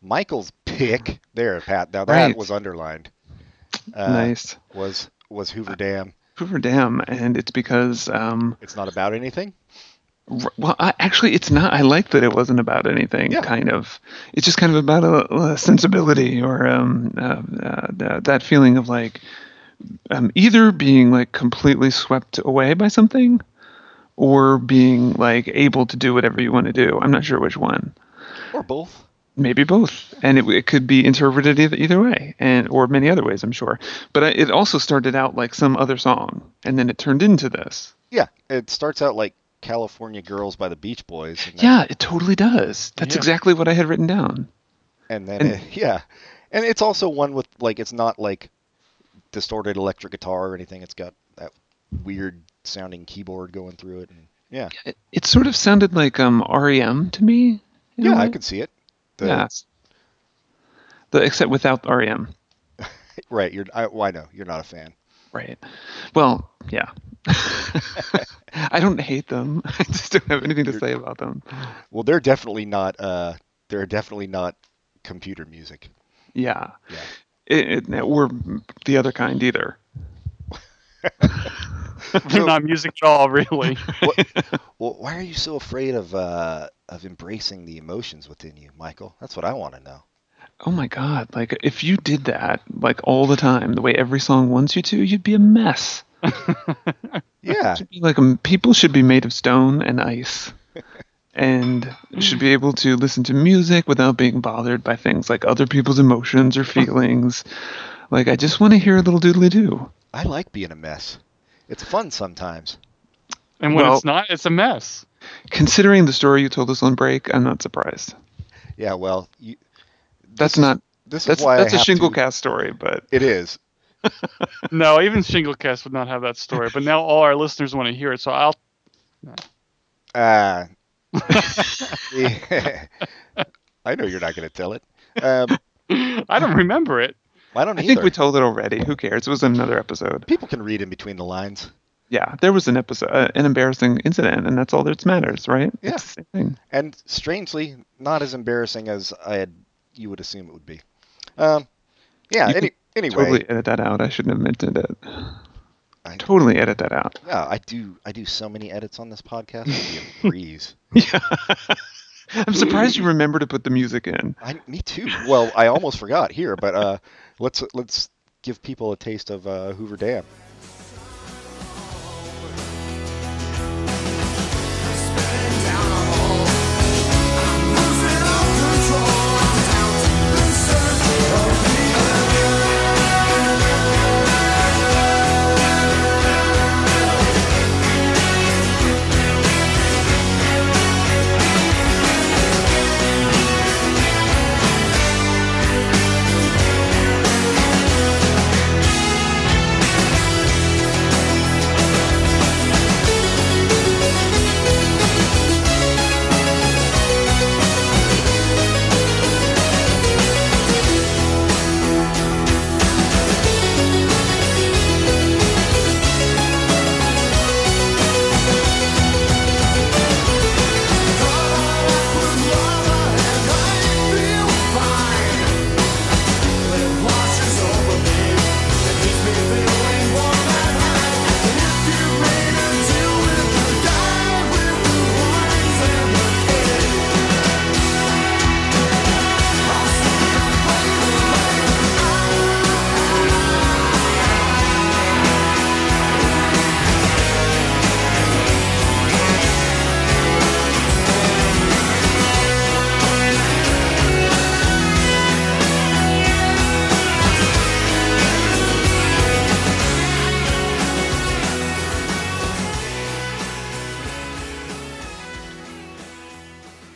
B: Michael's pick there, Pat. Now that
D: Right.
B: was underlined. Uh,
D: nice.
B: Was was Hoover Dam?
D: Hoover Dam, and it's because um,
B: It's not about anything.
D: R- Well, I, actually, it's not. I like that it wasn't about anything.
B: Yeah.
D: Kind of. It's just kind of about a, a sensibility or um, uh, uh, th- that feeling of like um, either being like completely swept away by something, or being like able to do whatever you want to do. I'm not sure which one.
B: Or both.
D: Maybe both, and it, it could be interpreted either, either way, and or many other ways. I'm sure. But I, it also started out like some other song, and then it turned into this.
B: Yeah. It starts out like California Girls by the Beach Boys. And then,
D: Yeah, it totally does. That's
C: Yeah.
D: exactly what I had written down.
B: And then
D: And-
B: it- yeah, and it's also one with like it's not like distorted electric guitar or anything. It's got that weird sounding keyboard going through it. And, yeah.
D: it, it sort of sounded like um REM to me. in a
B: Yeah, I
D: way.
B: could see it. The-
D: Mm-hmm. yeah. The, except without E REM.
B: Right. You're. I, well, I know you're not a fan.
D: Right. Well, yeah. I don't hate them. I just don't have anything to say about them.
B: Well, they're definitely not. Uh, they're definitely not computer music.
D: Yeah.
B: Yeah.
D: It, it, or the other kind either.
C: They're not music at all, really.
B: Well, why are you so afraid of uh, of embracing the emotions within you, Michael? That's what I want to know.
D: Oh my god! Like if you did that like all the time, the way every song wants you to, you'd be a mess.
B: Yeah.
D: should be like um, people should be made of stone and ice and should be able to listen to music without being bothered by things like other people's emotions or feelings like i just want to hear a little doodly doo
B: I like being a mess. It's fun sometimes.
C: And when
D: Well-
C: it's not, it's a mess.
D: considering the story you told us on break i'm not surprised
B: Yeah. Well, you,
D: that's not
B: this
D: that's
B: is why
D: that's
B: I
D: a
B: have
D: shingle
B: to-
D: cast story but
B: It is.
C: No, even Shinglecast would not have that story. But now all our listeners want to hear it, so I'll.
B: Uh, yeah. I know you're not going to tell it. Um,
C: I don't remember it.
B: I don't
D: i
B: either.
D: think we told it already who cares it was another episode
B: People can read in between the lines.
D: yeah there was an episode uh, an embarrassing incident and that's all that matters right
B: Yeah.
D: It's the same thing.
B: and strangely not as embarrassing as I had you would assume it would be. Um, yeah.
D: You
B: Any,
D: could
B: anyway,
D: totally edit that out i shouldn't have mentioned it
B: I-
D: totally edit that out
B: yeah, I do. I do so many edits on this podcast. It'd be a breeze.
D: I'm surprised you remember to put the music in.
B: I, me too. Well, I almost forgot here, but uh, let's let's give people a taste of uh, Hoover Dam.
E: Down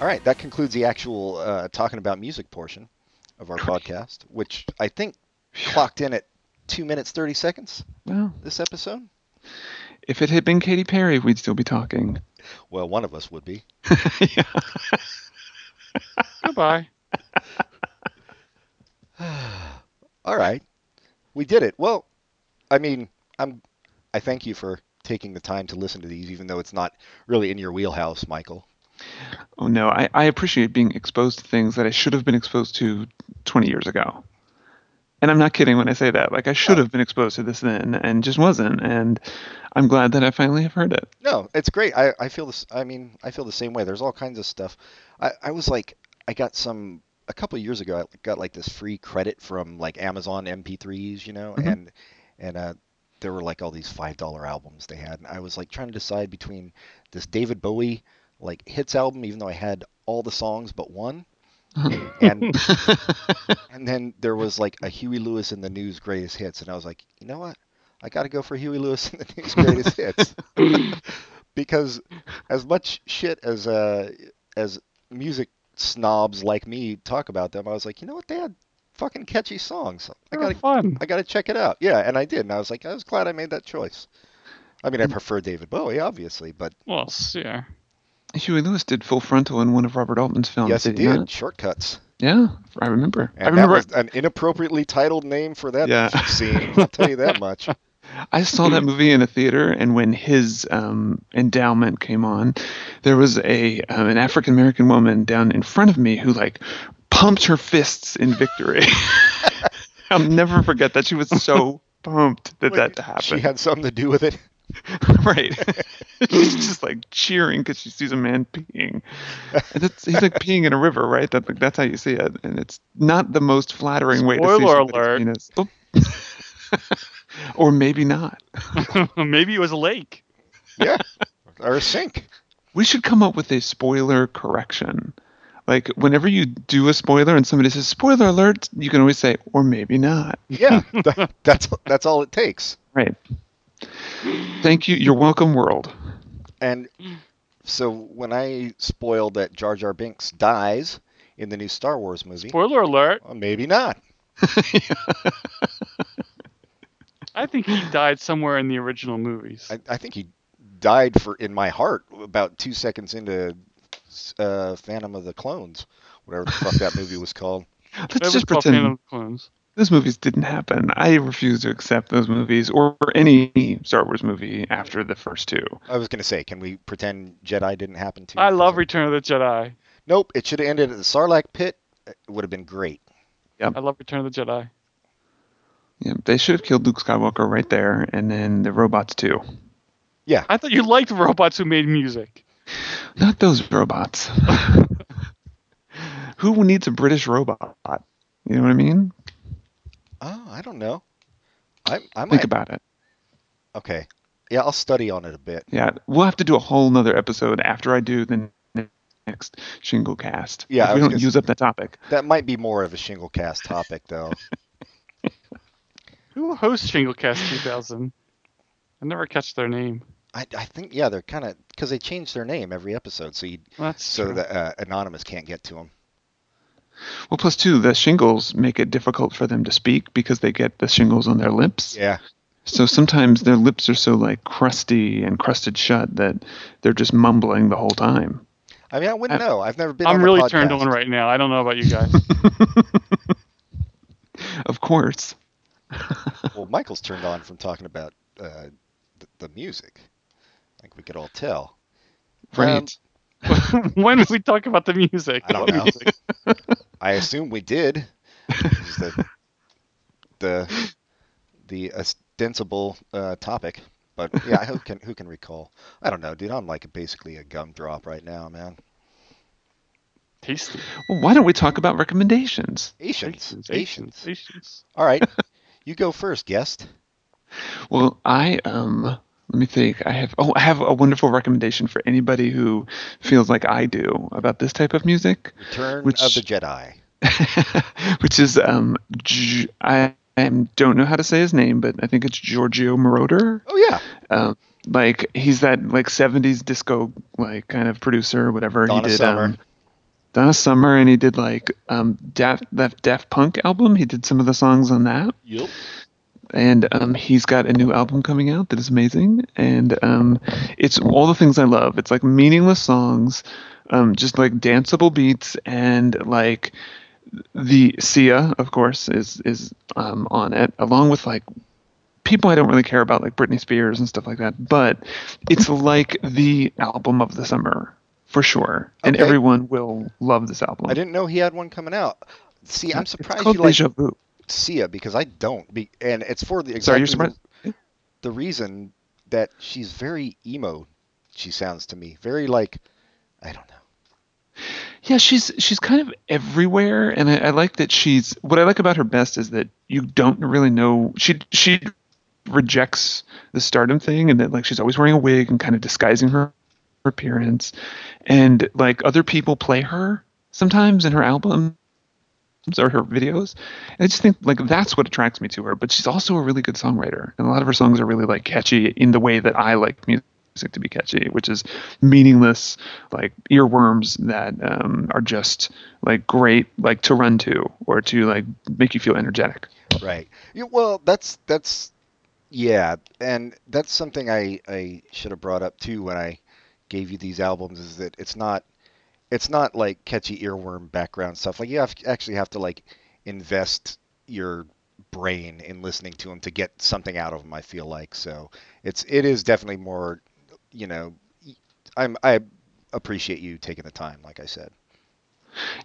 B: All right, that concludes the actual uh, talking about music portion of our podcast, which I think clocked in at two minutes thirty seconds
D: Well,
B: this episode.
D: if it had been Katy Perry, we'd still be talking.
B: Well, one of us would be.
D: yeah.
C: Goodbye.
B: All right, we did it. Well, I mean, I'm. I thank you for taking the time to listen to these, even though it's not really in your wheelhouse, Michael.
D: Oh no, I, I appreciate being exposed to things that I should have been exposed to 20 years ago. And I'm not kidding when I say that. Like I should have been exposed to this then and just wasn't. And I'm glad that I finally have heard it.
B: No, it's great. I, I feel this. I mean, I feel the same way. There's all kinds of stuff. I, I was like, I got some a couple of years ago. I got like this free credit from like Amazon MP3s, you know, and and uh, there were like all these five dollar albums they had, and I was like trying to decide between this David Bowie like hits album, even though I had all the songs but one, and and then there was like a Huey Lewis in the News Greatest Hits, and I was like, you know what? I got to go for Huey Lewis in the News Greatest Hits because as much shit as uh as music snobs like me talk about them, I was like, you know what? They had fucking catchy songs. I
C: They
B: got
C: were
B: to
C: fun.
B: I got to check it out. Yeah, and I did, and I was like, I was glad I made that choice. I
D: Mm.
B: mean, I prefer David Bowie, obviously, but
C: Well, s- yeah.
D: Huey Lewis did Full Frontal in one of Robert Altman's films.
B: yes, it
D: he
B: did.
D: not?
B: Shortcuts.
D: Yeah, I remember.
B: And
D: Oh, I remember.
B: that was an inappropriately titled name for that
D: Yeah.
B: scene. I'll tell you that much.
D: I saw
C: Mm-hmm.
D: that movie in a theater, and when his um, endowment came on, there was a um, an African American woman down in front of me who like pumped her fists in victory. I'll never forget that. She was so pumped that that
B: She
D: happened.
B: had something to do with it.
D: right. She's just like cheering because she sees a man peeing. And that's, he's like peeing in a river, right? That, like, that's how you see it, and it's not the most flattering way to see
C: Spoiler
D: somebody's
C: alert.
D: penis. Oop. oh. or maybe not.
C: Maybe it was a lake.
B: Yeah, or a sink.
D: We should come up with a spoiler correction. Like whenever you do a spoiler and somebody says spoiler alert, you can always say or maybe not.
B: Yeah, that- that's that's all it takes.
D: Right. Thank you. You're welcome, world.
B: And so when I spoiled that Jar Jar Binks dies in the new Star Wars movie,
C: Spoiler alert.
B: well, maybe not.
C: I think he died somewhere in the original movies.
B: I, I think he died for in my heart about two seconds into uh, Phantom of the Clones, whatever the fuck that movie was called.
D: Let's
C: That was
D: just
C: called
D: pretend
C: Phantom of the Clones.
D: those movies didn't happen. I refuse to accept those movies or any Star Wars movie after the first two.
B: I was gonna say, can we pretend Jedi didn't happen to?
C: I love Return of the Jedi.
B: Nope, it should have ended at the Sarlacc pit. It would have been great.
C: I love Return of the Jedi.
D: Yeah, they should have killed Luke Skywalker right there, and then the robots too.
C: I thought you liked robots who made music.
D: Not those robots. Who needs a British robot? You know what I mean?
B: Oh, I don't know. I, I might.
D: Think about it.
B: okay. Yeah, I'll study on it a bit.
D: Yeah, we'll have to do a whole nother episode after I do the ne- next shingle cast.
B: Yeah,
D: if
B: I
D: we
B: was
D: don't
B: gonna
D: use up that topic.
B: That might be more of a shingle cast topic, though.
C: Who hosts Shinglecast 2000? I never catch their name.
B: I, I think yeah, they're kind of because they change their name every episode, so you,
C: That's
B: so
C: true.
B: that uh, anonymous can't get to them.
D: Well, plus two, the shingles make it difficult for them to speak because they get the shingles on their lips.
B: Yeah,
D: So sometimes their lips are so like crusty and crusted shut that they're just mumbling the whole time.
B: I mean I wouldn't know. I've never been. on
C: I'm
B: the
C: really
B: podcast.
C: turned on right now. I don't know about you guys.
D: Of course.
B: Well, Michael's turned on from talking about uh, the, the music. I think we could all tell.
D: Right.
B: Um,
C: when did we talk about the music?
B: I don't know. I assume we did. Is the the the ostensible uh, topic, but yeah, who can who can recall? I don't know, dude. I'm like basically a gumdrop right now, man.
C: Tasty.
D: well, why don't we talk about recommendations?
B: Asians,
C: Asians.
B: Asians.
C: Asians.
B: All right, you go first, guest.
D: Well, I um let me think. I have oh, I have a wonderful recommendation for anybody who feels like I do about this type of music,
B: Turn
D: Which-
B: of the Jedi.
D: which is um G- I, I don't know how to say his name, but I think it's Giorgio Moroder.
B: Oh yeah,
D: Um, like he's that like 70s disco like kind of producer or whatever
B: Donna
D: he did
B: Summer.
D: um, last summer, and he did like um, Daft, that Daft Punk album. He did some of the songs on that,
F: Yep.
D: and um, he's got a new album coming out that is amazing. And um, it's all the things I love. It's like meaningless songs, um, just like danceable beats, and like the Sia, of course, is is um, on it, along with like people I don't really care about, like Britney Spears and stuff like that. But it's like the album of the summer for sure, and
B: Okay.
D: everyone will love this album.
B: I didn't know he had one coming out. See, I'm
D: It's
B: surprised you
D: called
B: like
D: Deja Vu.
B: Sia because I don't. Be, and it's for the exactly
D: Sorry, you're surprised?
B: the reason that she's very emo. She sounds to me very like I don't know.
D: Yeah, she's she's kind of everywhere, and I, I like that she's. What I like about her best is that you don't really know she she rejects the stardom thing, and that like she's always wearing a wig and kind of disguising her, her appearance, and like other people play her sometimes in her albums or her videos. And I just think like that's what attracts me to her. But she's also a really good songwriter, and a lot of her songs are really like catchy in the way that I like music to be catchy, which is meaningless like earworms that um, are just like great like to run to or to like make you feel energetic.
B: Right. Yeah, well, that's that's yeah, and that's something I I should have brought up too when I gave you these albums is that it's not it's not like catchy earworm background stuff. Like you have actually have to like invest your brain in listening to them to get something out of them. I feel like so it's it is definitely more you know I'm I appreciate you taking the time like I said.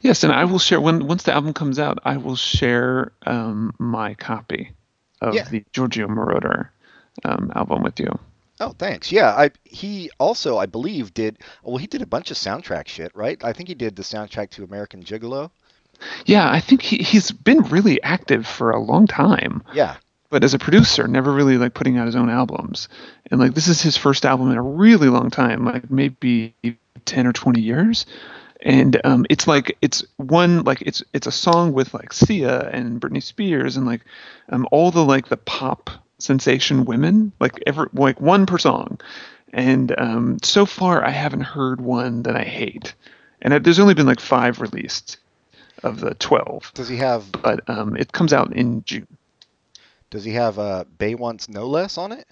D: Yes, and I will share when once the album comes out, I will share um, my copy of
B: Yeah.
D: the Giorgio Moroder um, album with you.
B: Oh, thanks. Yeah, I he also I believe did well. He did a bunch of soundtrack shit, right? I think he did the soundtrack to American Gigolo.
D: Yeah, I think he, he's been really active for a long time,
B: Yeah,
D: but as a producer, never really like putting out his own albums. And like this is his first album in a really long time, like maybe 10 or 20 years. And um, it's like it's one like it's it's a song with like Sia and Britney Spears and like um, all the like the pop sensation women like every like one per song, and um, so far I haven't heard one that I hate, and I, there's only been like five released of the twelve,
B: does he have
D: but um, it comes out in June.
B: does he have uh, Bay Wants No Less on it?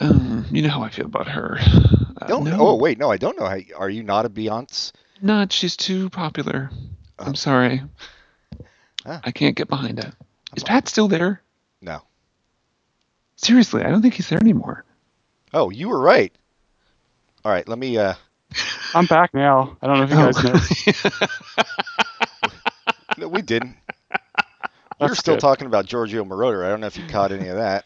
D: Um, you know how I feel about her. Uh,
B: Don't.
D: no,
B: Oh wait, no, I don't know. How, are you not a Beyonce?
D: not. She's too popular.
B: Oh.
D: I'm sorry.
B: Ah.
D: I can't get behind it. Is Pat still there?
B: No.
D: Seriously, I don't think he's there anymore.
B: Oh, you were right. All right, let me. Uh,
C: I'm back now. I don't know if you
D: Oh,
C: guys know.
B: no, we didn't. we were
C: That's
B: still
C: good.
B: talking about Giorgio Moroder. I don't know if you caught any of that.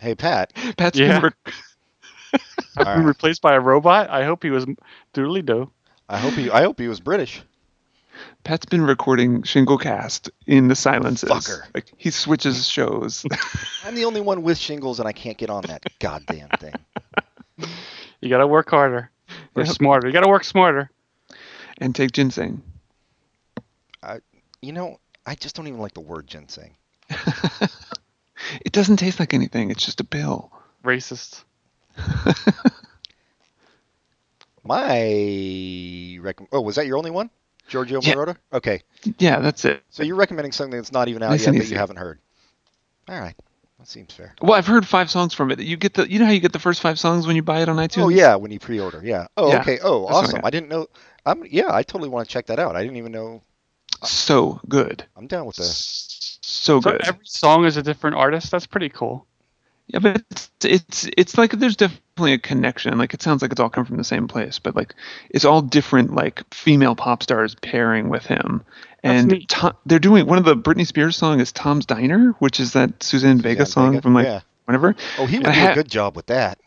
B: hey Pat,
D: Pat's
C: Yeah.
D: been rec-
C: I've
B: All
C: been
B: right.
C: replaced by a robot. I hope he was doodly do.
B: I hope he I hope he was British.
D: Pat's been recording Shinglecast in the silences.
B: Fucker.
D: Like he switches shows.
B: I'm the only one with shingles, and I can't get on that goddamn thing.
C: You got to work harder or
D: Yep.
C: smarter. You got to work smarter.
D: and take ginseng.
B: You know, I just don't even like the word ginseng.
D: It doesn't taste like anything. It's just a pill.
C: Racist.
B: My rec- oh, was that your only one, Giorgio
D: Yeah.
B: Moroder? Okay,
D: Yeah, that's it.
B: so you're recommending something that's not even out
D: Nice
B: yet
D: and
B: that
D: easy.
B: you haven't heard. All right, that seems fair.
D: Well, I've heard five songs from it. You get the, you know how you get the first five songs when you buy it on iTunes.
B: Oh yeah, when you pre-order, yeah. Oh
D: Yeah,
B: okay. Oh
D: that's what I
B: awesome.
D: got.
B: I didn't know. I'm yeah. I totally want to check that out. I didn't even know.
D: so good,
B: I'm down with the.
D: so
C: So
D: good.
C: every song is a different artist. That's pretty cool.
D: yeah, but it's, it's it's like there's definitely a connection. Like it sounds like it's all come from the same place, but like it's all different. Like female pop stars pairing with him, and
C: neat.
D: To- they're doing one of the Britney Spears song is Tom's Diner, which is that Suzanne Vega
B: Suzanne
D: song
B: Vega,
D: from like
B: yeah.
D: whenever.
B: Oh, he
D: And
B: would
D: I
B: do a
D: ha-
B: good job with that.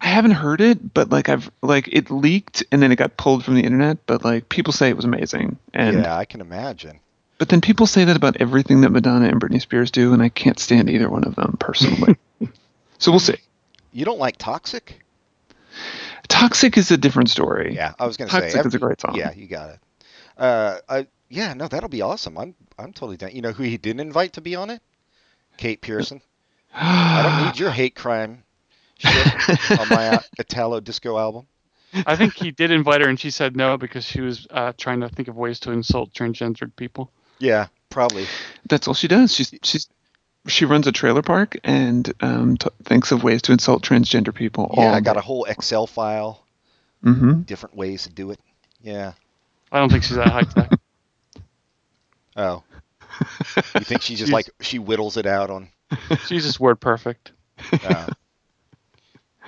D: I haven't heard it, but like I've like it leaked and then it got pulled from the internet. But like people say it was amazing, and
B: yeah, I can imagine.
D: But then people say that about everything that Madonna and Britney Spears do, and I can't stand either one of them personally. so we'll see.
B: You don't like Toxic?
D: Toxic is a different story.
B: Yeah, I was gonna say
D: Toxic is a great song.
B: Yeah, you got it. Uh, I, yeah, no, that'll be awesome. I'm I'm totally down. You know who he didn't invite to be on it? Kate Pearson. I don't need your hate crime shit on my uh, Italo disco album?
C: I think he did invite her, and she said no because she was uh, trying to think of ways to insult transgendered people.
B: Yeah, probably.
D: That's all she does. She's she's she runs a trailer park and um, t- thinks of ways to insult transgender people.
B: Yeah,
D: all
B: I got a whole Excel file,
D: hmm
B: different ways to do it. Yeah.
C: I don't think she's that high tech.
B: Oh. You think she just
C: She's-
B: like she whittles it out on?
C: she's just word perfect.
B: Uh,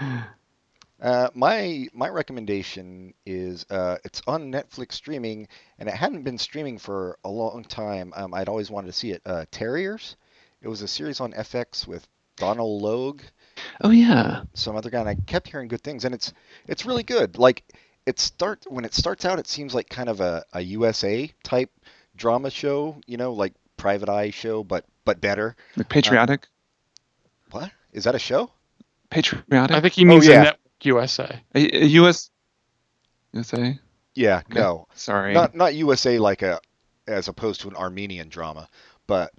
B: uh, my my recommendation is uh, it's on Netflix streaming, and it hadn't been streaming for a long time. Um, I'd always wanted to see it. Uh, Terriers. It was a series on FX with Donald Logue.
D: Oh yeah.
B: some other guy and I kept hearing good things and it's it's really good. Like it start when it starts out it seems like kind of a, a USA type drama show, you know, like private eye show but but better.
D: Like patriotic.
B: Uh, What? Is that a show?
D: patriotic.
C: I think he means
B: Oh, yeah.
C: the network USA.
D: a, a U.S. USA.
B: Yeah, no.
D: Sorry.
B: Not not USA like a as opposed to an Armenian drama, but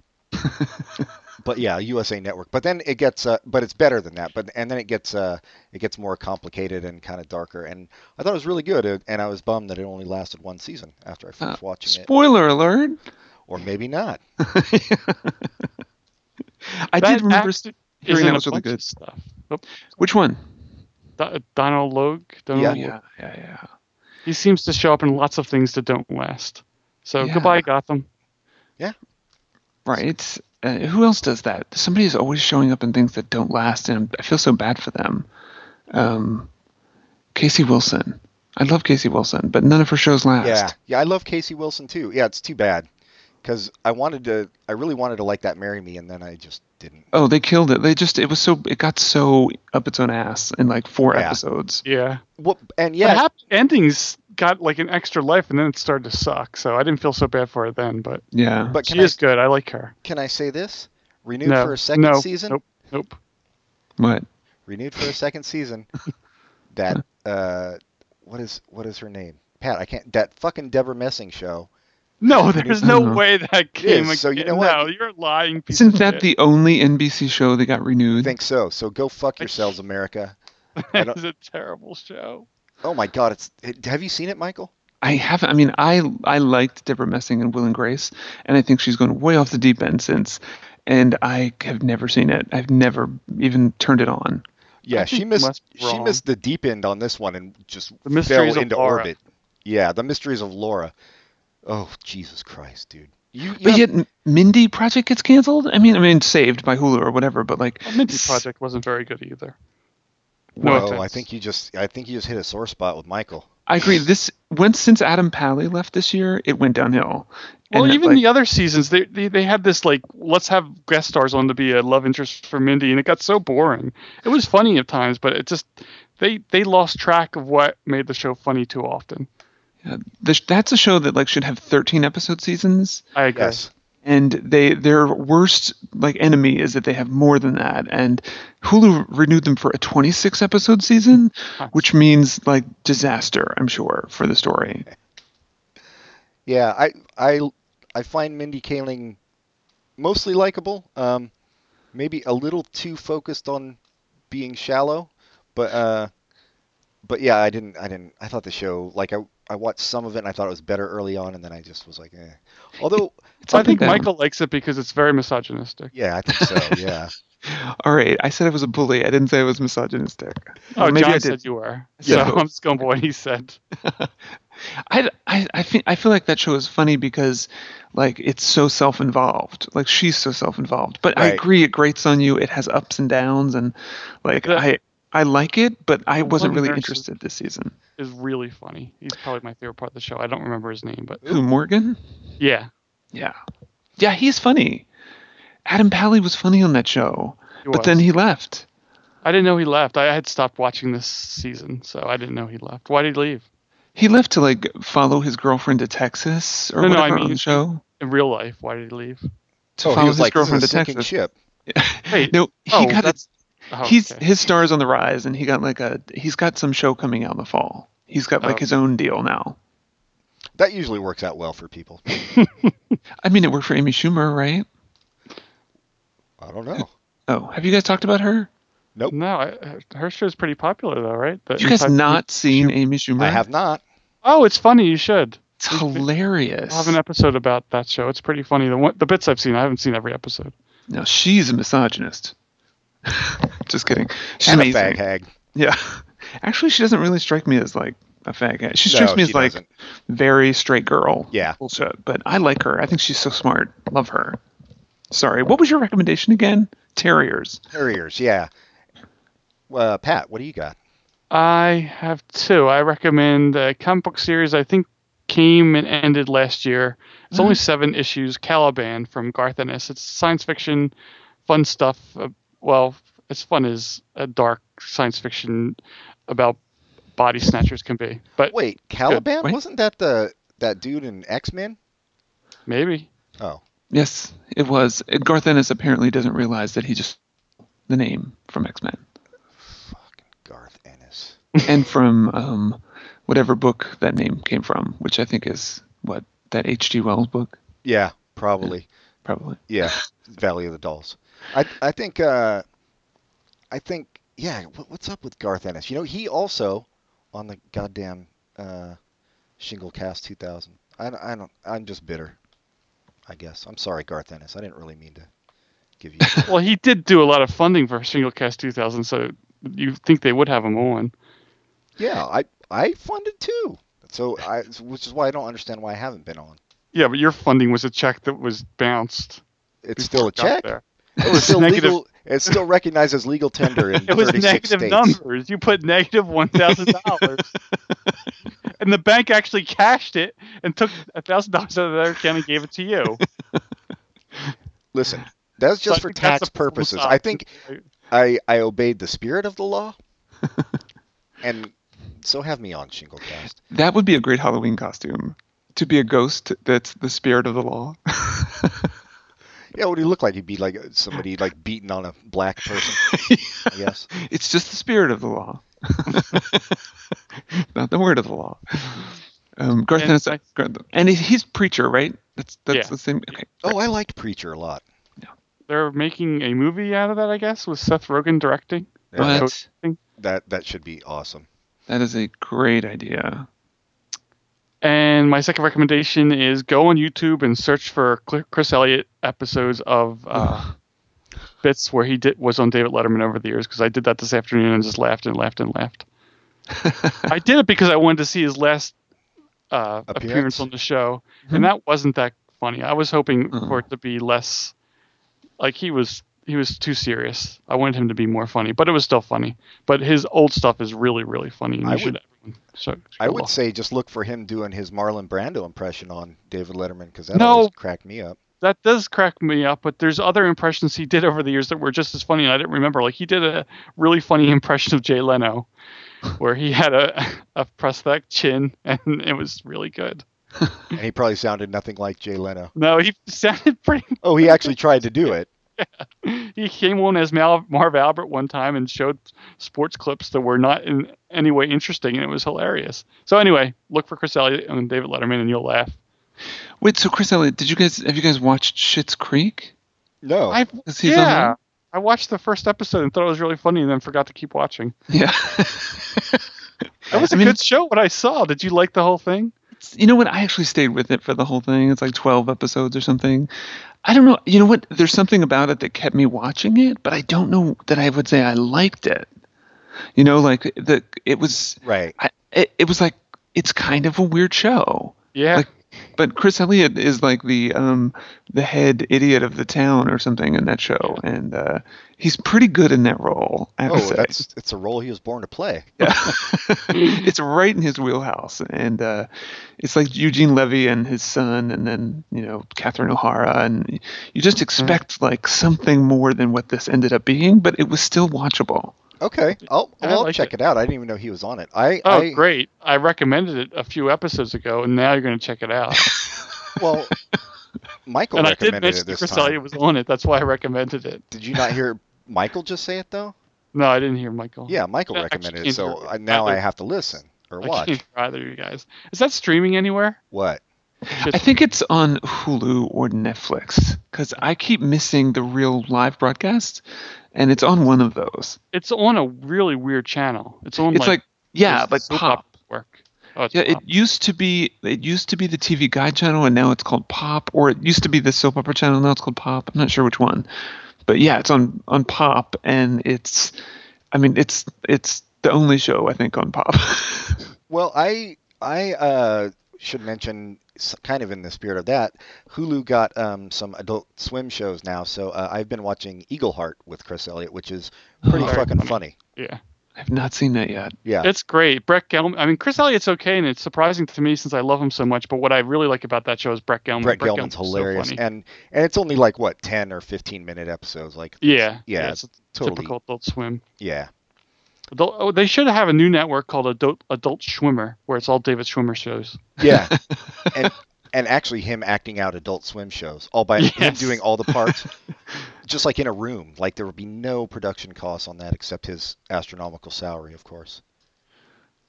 B: but yeah, USA Network. But then it gets uh, but it's better than that. But and then it gets uh it gets more complicated and kind of darker and I thought it was really good uh, and I was bummed that it only lasted one season after I
C: Uh,
B: finished watching it.
D: Spoiler alert.
B: Or maybe not.
D: I
C: That
D: did
C: actor
D: remember. hearing
C: is
D: that
C: in a
D: was really
C: bunch of
D: good.
C: Stuff. Nope.
D: Which one?
C: Do- Donald Logue. Donald
B: Yeah.
C: Logue.
D: Oh, yeah, yeah, yeah.
C: He seems to show up in lots of things that don't last. So
D: Yeah.
C: goodbye, Gotham.
D: Right. Uh, who else does that? Somebody is always showing up in things that don't last, and I feel so bad for them. Um, Casey Wilson. I love Casey Wilson, but none of her shows last.
B: Yeah, yeah, I love Casey Wilson too. Yeah, it's too bad because I wanted to, I really wanted to like that "Marry Me," and then I just didn't.
D: Oh, they killed it. They just it was so it got so up its own ass in like four
B: Yeah.
D: episodes.
C: Yeah.
B: Well, and
C: The
B: yeah,
C: happy endings got like an extra life, and then it started to suck. So I didn't feel so bad for her then, but
D: Yeah.
B: but
C: she
B: can I,
C: is good. I like her.
B: can I say this? Renewed
C: No,
B: for a second
C: no,
B: season.
C: Nope. Nope.
D: what?
B: Renewed for a second season. that uh, what is what is her name? Pat, I can't. That fucking Deborah Messing show.
C: No, there's no
D: Uh-huh.
C: way that came.
B: is, so you
C: again.
B: know what?
C: No, you're a lying. Piece
D: Isn't
C: of
D: that
C: shit.
D: the only NBC show that got renewed?
B: I think so. So go fuck yourselves, America. I
C: That
B: don't-
C: is a terrible show.
B: Oh my God, it's. it- Have you seen it, Michael?
D: I haven't. I mean, I I liked Deborah Messing and Will and Grace, and I think she's gone way off the deep end since. And I have never seen it. I've never even turned it on.
B: Yeah,
C: I
B: she
C: think
B: missed.
C: must be
B: She
C: wrong.
B: missed the deep end on this one and just
C: The
B: fell
C: Mysteries of
B: into
C: Laura.
B: orbit. Yeah, the mysteries of Laura. Oh Jesus Christ, dude! You, you
D: But
B: have-
D: yet, M- Mindy Project gets canceled. I mean, I mean, saved by Hulu or whatever. But like,
C: Well, Mindy
D: s-
C: Project wasn't very good either. No
B: whoa! I
C: offense.
B: think you just. I think you just hit a sore spot with Michael.
D: I agree. This once since Adam Pally left this year, it went downhill.
C: Well,
D: And,
C: even
D: like,
C: the other seasons, they, they they had this like let's have guest stars on to be a love interest for Mindy, and it got so boring. It was funny at times, but it just they they lost track of what made the show funny too often.
D: the, sh- that's a show that like should have 13 episode seasons.
C: I agree.
B: Yes.
D: and they their worst like enemy is that they have more than that and hulu renewed them for a 26 episode season which means like disaster i'm sure for the story
B: Yeah, I I I find Mindy Kaling mostly likable. Um, maybe a little too focused on being shallow, but uh, but yeah, I didn't I didn't I thought the show like I I watched some of it and I thought it was better early on and then I just was like, eh. although
C: I think
D: Something that-
C: Michael likes it because it's very misogynistic.
B: yeah, I think so. Yeah,
D: all right i said i was a bully i didn't say i was misogynistic
C: Oh,
D: Or maybe
C: John
D: i did
C: said you were. So
D: Yeah.
C: I'm just going by what he said.
D: I, I, I think I feel like that show is funny because like it's so self-involved like she's so self-involved but I
B: Right.
D: agree it grates on you it has ups and downs and like
C: The-
D: I I like it but I wasn't
C: one
D: really
C: nurse is-
D: interested this season
C: Is really funny. He's probably my favorite part of the show. I don't remember his name, but
D: who Morgan
C: yeah,
D: Yeah. Yeah, he's funny. Adam Pally was funny on that show.
C: he
D: But then
C: was.
D: he left.
C: I didn't know he left. I had stopped watching this season, so I didn't know he left. Why did he leave?
D: He left to like follow his girlfriend to Texas or
C: No, no,
D: whatever
C: I
D: on
C: mean-
D: the show.
C: In real life, why did he leave?
D: To
B: oh,
D: follow
B: he was
D: his
B: like this is
D: girlfriend
B: a
D: to
B: sinking
D: Texas.
B: ship.
C: Wait,
D: No, he
C: oh,
D: got
C: that's-
D: it.
C: Oh,
D: he's
C: okay.
D: his star's on the rise and he got like a he's got some show coming out in the fall. He's got like
C: Oh.
D: his own deal now.
B: That usually works out well for people.
D: I mean it worked for Amy Schumer, right?
B: I don't know.
D: Oh, have you guys talked about her?
B: Nope.
C: No, I, her show's pretty popular though, right? The
D: You guys
C: Inside-
D: not seen Amy Schumer?
B: I have not.
C: Oh, it's funny. You should.
D: It's hilarious.
C: I'll have an episode about that show. It's pretty funny. The one, the bits I've seen, I haven't seen every episode.
D: No, she's a misogynist. Just kidding. She's
B: And a
D: amazing.
B: fag hag.
D: Yeah. Actually, she doesn't really strike me as like a fag hag. She
B: No,
D: strikes me
B: she
D: as like
B: doesn't.
D: very straight girl.
B: Yeah.
D: Bullshit. But I like her. I think she's so smart. Love her. Sorry. What was your recommendation again? Terriers.
B: Terriers, yeah. Uh, Pat, what do you got?
C: I have two. I recommend a comic book series I think came and ended last year. It's only
B: Mm-hmm.
C: seven issues. Caliban from Garth Ennis. It's science fiction, fun stuff. Uh, well, as fun as a dark science fiction about body snatchers can be. But
B: Wait, Caliban?
D: Wait.
B: Wasn't that the that dude in X Men?
C: maybe
B: Oh,
D: Yes, it was. Garth Ennis apparently doesn't realize that he just the name from X Men
B: fucking Garth Ennis.
D: and from um, whatever book that name came from, which I think is what that H.G. Wells book
B: Yeah, probably.
D: probably.
B: Yeah, Valley of the Dolls. I I think uh, I think yeah. What, what's up with Garth Ennis? You know, he also on the goddamn uh, Shingle Cast 2000. I, don't- I don't. I'm just bitter. I guess. I'm sorry, Garth Ennis. I didn't really mean to give you.
C: well, he did do a lot of funding for Singlecast 2000, so you think they would have him on.
B: yeah, I I funded too. So I, which is why I don't understand why I haven't been on.
C: Yeah, but your funding was a check that was bounced.
B: It's
C: before
B: still a
C: it got
B: check.
C: there.
B: It was still
C: negative-
B: legal. It's still recognized as legal tender in
C: It was
B: 36
C: negative
B: states.
C: numbers. You put negative one thousand dollars, and the bank actually cashed it and took a thousand dollars out of their account and gave it to you.
B: Listen, that's
C: So
B: just
C: I
B: for
C: think that's
B: tax
C: a problem
B: purposes.
C: solved.
B: I think I, I obeyed the spirit of the law, and so have me on Shinglecast.
D: That would be a great Halloween costume. To be a ghost that's the spirit of the law.
B: Yeah, what do you look like? You'd be like uh, somebody like beating on a black person. Yes.
D: it's just the spirit of the law. Not the word of the law. Um, Garth
C: And
D: Ennis,
C: I-
D: Garth- and he's- he's preacher, right? That's that's
C: Yeah.
D: the same. Okay.
B: Oh, I liked Preacher a lot.
C: They're making a movie out of that, I guess, with Seth Rogen directing.
B: Yeah,
D: What?
B: that- that that should be awesome.
D: That is a great idea.
C: And my second recommendation is go on YouTube and search for Cl- Chris Elliott episodes of uh, bits where he did was on David Letterman over the years because I did that this afternoon and just laughed and laughed and laughed. I did it because I wanted to see his last uh, appearance.
B: Appearance? Mm-hmm.
C: on the show, and that wasn't that funny. I was hoping
B: Uh-huh.
C: for it to be less like he was he was too serious. I wanted him to be more funny, but it was still funny. But his old stuff is really really funny, and you
B: I
C: should.
B: would-
C: everyone should-
B: I
C: should
B: would
C: watch.
B: say just look for him doing his Marlon Brando impression on David Letterman because that
C: No.
B: always cracked me up.
C: that does crack me up, but there's other impressions he did over the years that were just as funny and I didn't remember. Like he did a really funny impression of Jay Leno where he had a, a prosthetic chin and it was really good.
B: And he probably sounded nothing like Jay Leno.
C: No, he sounded pretty
B: Oh, he actually tried to do it.
C: he came on as Mal, Marv Albert one time and showed sports clips that were not in any way interesting and it was hilarious. So anyway, look for Chris Elliott and David Letterman and you'll laugh.
D: Wait, so Chris Elliott, did you guys have you guys watched Shit's Creek?
B: No.
C: I
D: Is he on
C: yeah.
D: there?
C: I watched the first episode and thought it was really funny and then forgot to keep watching.
D: Yeah.
C: That was a
D: I mean-
C: good show. What I saw. Did you like the whole thing?
D: you know what? I actually stayed with it for the whole thing. It's like 12 episodes or something. I don't know. You know what? There's something about it that kept me watching it, but I don't know that I would say I liked it. You know, like the it was
B: right.
D: I, it, it was like it's kind of a weird show.
C: Yeah.
D: Like, but Chris Elliott is like the um the head idiot of the town or something in that show, and uh, he's pretty good in that role. I have to
B: Oh,
D: say.
B: that's it's a role he was born to play.
D: it's right in his wheelhouse, and uh, it's like Eugene Levy and his son, and then you know Catherine O'Hara, and you just expect like something more than what this ended up being, but it was still watchable.
B: Okay, I'll,
C: I
B: well, I'll
C: like
B: check it. out. I didn't even know he was on it. I,
C: oh,
B: I
C: great! I recommended it a few episodes ago, and now you're going to check it out.
B: well, Michael
C: and I did
B: recommended
C: mention
B: it
C: that
B: this
C: Chris
B: time.
C: Elliott was on it. That's why I recommended it.
B: Did you not hear Michael just say it though?
C: No, I didn't hear Michael.
B: Yeah, Michael
C: Yeah, I
B: recommended it,
C: can't
B: so
C: hear
B: I, now I
C: either.
B: have to listen or
C: I can't
B: watch.
C: hear either of you guys. Is that streaming anywhere?
B: What?
C: Shit's-
D: I think it's on Hulu or Netflix because I keep missing the real live broadcast, and it's on one of those.
C: it's on a really weird channel. It's on
D: It's like,
C: like,
D: yeah,
C: this
D: like
C: soap
D: pop.
C: opera work. Oh, it's
D: Yeah, it
B: Um,
C: pop.
D: used to be it used to be the TV Guide channel, and now it's called Pop. Or it used to be the soap opera channel, now it's called Pop. I'm not sure which one, but yeah, it's on on Pop, and it's, I mean, it's it's the only show I think on Pop.
B: Well, I I uh, should mention, s- kind of in the spirit of that, Hulu got um, some Adult Swim shows now. So uh, I've been watching Eagle Heart with Chris Elliott, which is pretty
C: very
B: fucking
C: funny.
B: funny.
C: Oh, yeah.
D: I've not seen that yet.
B: Yeah,
C: It's great. Brett Gelman. I mean, Chris Elliott's okay, and it's surprising to me since I love him so much. But what I really like about that show is Brett Gelman.
B: Brett Gelman's
C: so
B: hilarious,
C: funny.
B: and and it's only like what ten or fifteen minute episodes. Like it's-
C: yeah,
B: yeah,
C: it's a
B: totally.
C: typical Adult Swim.
B: yeah.
C: Adult, oh, they should have a new network called Adult Adult Swimmer, where it's all David Schwimmer shows.
B: Yeah. and and actually him acting out adult swim shows all by him
C: Yes.
B: doing all the parts just like in a room. Like there would be no production costs on that except his astronomical salary, of course.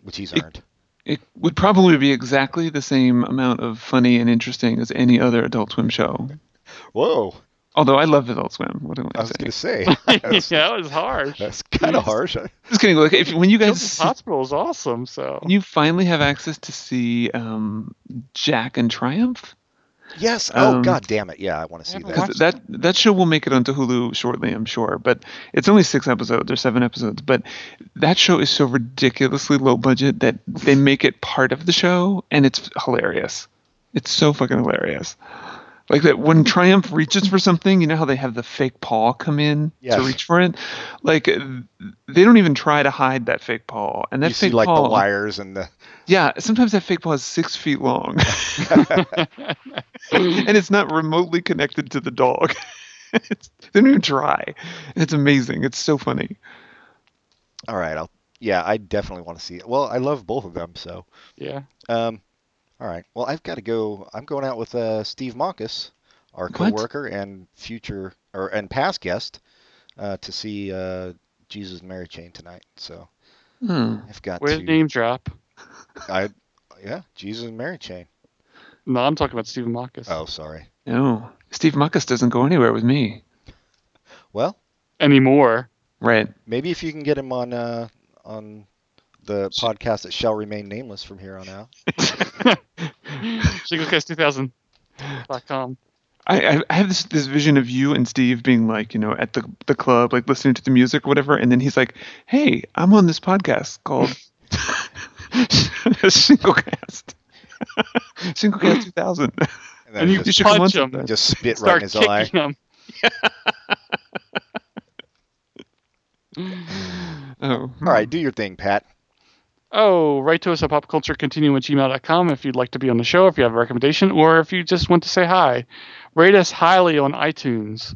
B: Which he's
D: It-
B: earned.
D: It would probably be exactly the same amount of funny and interesting as any other Adult Swim show.
B: Whoa.
D: Although I love Adult Swim. What am
B: I
D: I
B: was gonna
D: saying?
B: say
C: yeah,
B: that's,
C: that was harsh.
B: that's kinda
C: Jeez.
B: harsh.
D: Just kidding. Like, if when you guys
C: Children's
D: see-
C: Hospital is awesome. So
D: when you finally have access to see um, Jack and Triumph,
B: Yes. Oh
D: Um,
B: god damn it. Yeah, I want to see
C: haven't
B: that.
C: watched-
D: because that that show will make it onto Hulu shortly, I'm sure. But it's only six episodes or seven episodes. But that show is so ridiculously low budget that they make it part of the show, and it's hilarious. It's so fucking hilarious. Like that when Triumph reaches for something, you know how they have the fake paw come in
B: Yes.
D: to reach for it. Like they don't even try to hide that fake paw, and that
B: You see
D: fake
B: like
D: paw,
B: the wires and the
D: yeah, sometimes that fake paw is six feet long, and it's not remotely connected to the dog. it's, they don't even try. It's amazing. It's so funny.
B: all right, I'll yeah, I definitely want to see it. Well, I love both of them, so
C: yeah,
B: Um, all right. Well, I've got to go. I'm going out with uh, Steve Moncus, our
D: What?
B: coworker and future or and past guest, uh, to see uh, Jesus and Mary Chain tonight. So
D: Hmm.
B: I've got
C: where's
B: to.
C: name drop?
B: I yeah, Jesus and Mary Chain.
C: No, I'm talking about Stephen Marcus.
B: Oh, sorry.
D: No, Steve Muckus doesn't go anywhere with me.
B: Well,
C: Anymore.
D: Right.
B: maybe if you can get him on uh, on the podcast that shall remain nameless from here on out.
C: SingleCast2000.com.
D: I, I- I have this, this vision of you and Steve being like, you know, at the, the club, like listening to the music or whatever. And then he's like, hey, I'm on this podcast called Singlecast. Singlecast 2000.
B: And then
C: And you
B: just,
C: just
D: should come
C: punch
D: on
C: him.
D: sometime.
B: just spit right in his
C: Start kicking
B: eye.
C: him.
B: All
D: Oh.
B: right, do your thing, Pat.
C: Oh, write to us at popculturecontinuum at gmail.com if you'd like to be on the show, if you have a recommendation, or if you just want to say hi. Rate us highly on iTunes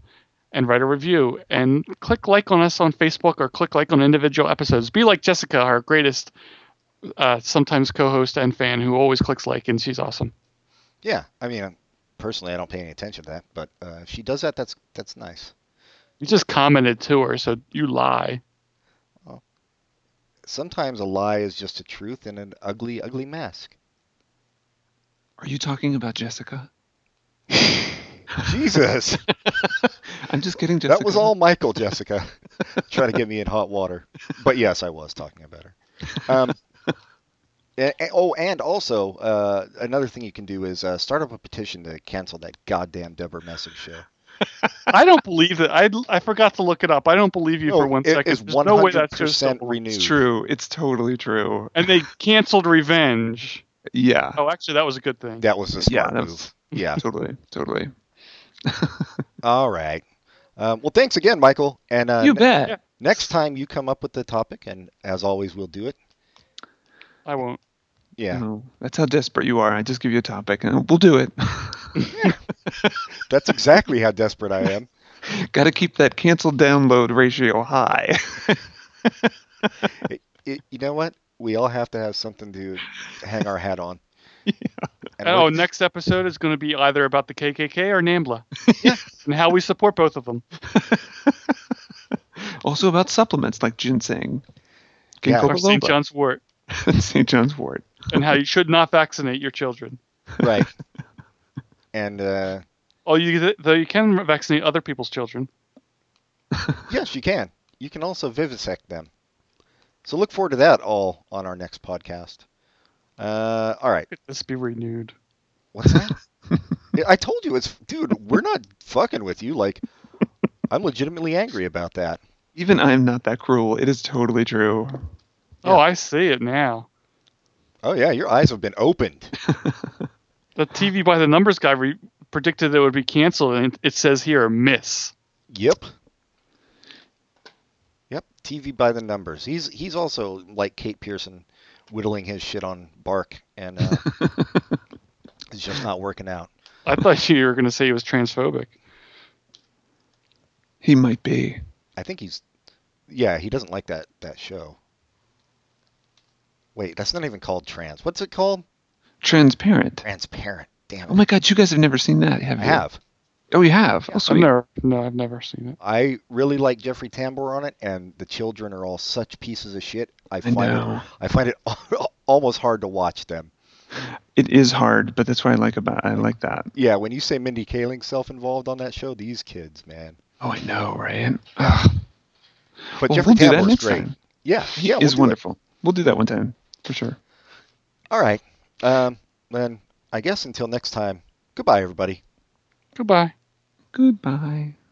C: and write a review. And click like on us on Facebook or click like on individual episodes. Be like Jessica, our greatest uh, sometimes co host and fan who always clicks like, and she's awesome.
B: Yeah, I mean, um, personally, I don't pay any attention to that, but uh, if she does that, that's that's nice.
C: You just commented to her, so you lie.
B: sometimes a lie is just a truth in an ugly, ugly mask.
D: Are you talking about Jessica?
B: Jesus,
D: I'm just kidding, Jessica.
B: that was all Michael, Jessica, trying to get me in hot water. But yes, I was talking about her. Um, a- a- oh, and also uh, another thing you can do is uh, start up a petition to cancel that goddamn Deborah Messing show.
C: I don't believe that. I, I forgot to look it up. I don't believe you for
B: No,
C: one
B: Oh, it
C: second.
B: is
C: There's no way that's just
B: 100% renewed.
D: It's true. It's totally true.
C: And they canceled Revenge.
D: Yeah.
C: Oh, actually, that was a good thing.
B: That was a
D: Yeah,
B: smart
D: that
B: move.
D: was-
B: Yeah.
D: Totally. Totally.
B: All right. Um, well, thanks again, Michael. And uh,
D: you
B: ne-
D: bet.
C: yeah.
B: next time you come up with the topic, and as always, we'll do it.
C: I won't.
B: Yeah.
D: No, that's how desperate you are. I just give you a topic and we'll do it.
B: That's exactly how desperate I am.
D: Got to keep that cancel download ratio high.
B: it, it, you know what? We all have to have something to hang our hat on. And
C: Oh,
B: we're-
C: next episode is going to be either about the KKK or NAMBLA and how we support both of them.
D: also about supplements like ginseng,
B: Yeah.
D: ginkgo
C: Or St.
D: biloba,
C: John's wort
D: St. John's wort.
C: and how you should not vaccinate your children.
B: right. And uh,
C: Oh, you though you can vaccinate other people's children.
B: yes, you can. You can also vivisect them. So look forward to that all on our next podcast. Uh, all right.
C: Could this be renewed?
B: What's that? Yeah, I told you it's, dude. We're not fucking with you. Like, I'm legitimately angry about that.
D: Even I am not that cruel. It is totally true.
C: Oh, I see it now.
B: Oh yeah, your eyes have been opened.
C: The TV by the numbers guy re- predicted it would be canceled, and it says here miss.
B: Yep. Yep. TV by the numbers. He's he's also like Kate Pearson, whittling his shit on bark, and uh, it's just not working out.
C: I thought you were going to say he was transphobic.
D: He might be.
B: I think he's, yeah, he doesn't like that that show. Wait, that's not even called trans. What's it called?
D: Transparent.
B: Transparent. Damn.
D: Oh my god, you guys have never seen that, have
B: I
D: you?
B: have.
D: Oh, you have? Oh,
C: I've
D: sweet.
C: never, no, I've never seen it.
B: I really like Jeffrey Tambor on it, and the children are all such pieces of shit. I
D: I
B: find
D: know.
B: it, I find it almost hard to watch them.
D: It is hard, but that's what I like about I like that.
B: Yeah, when you say Mindy Kaling's self-involved on that show, these kids, man.
D: Oh, I know, right? Ugh.
B: But
D: Well,
B: Jeffrey
D: we'll do that
B: Tambor's
D: next
B: great.
D: time.
B: Yeah, yeah, we'll
D: is
B: do it.
D: wonderful. We'll do that one time for sure.
B: All right, um, then I guess until next time. Goodbye, everybody.
C: Goodbye.
D: Goodbye.
E: eh?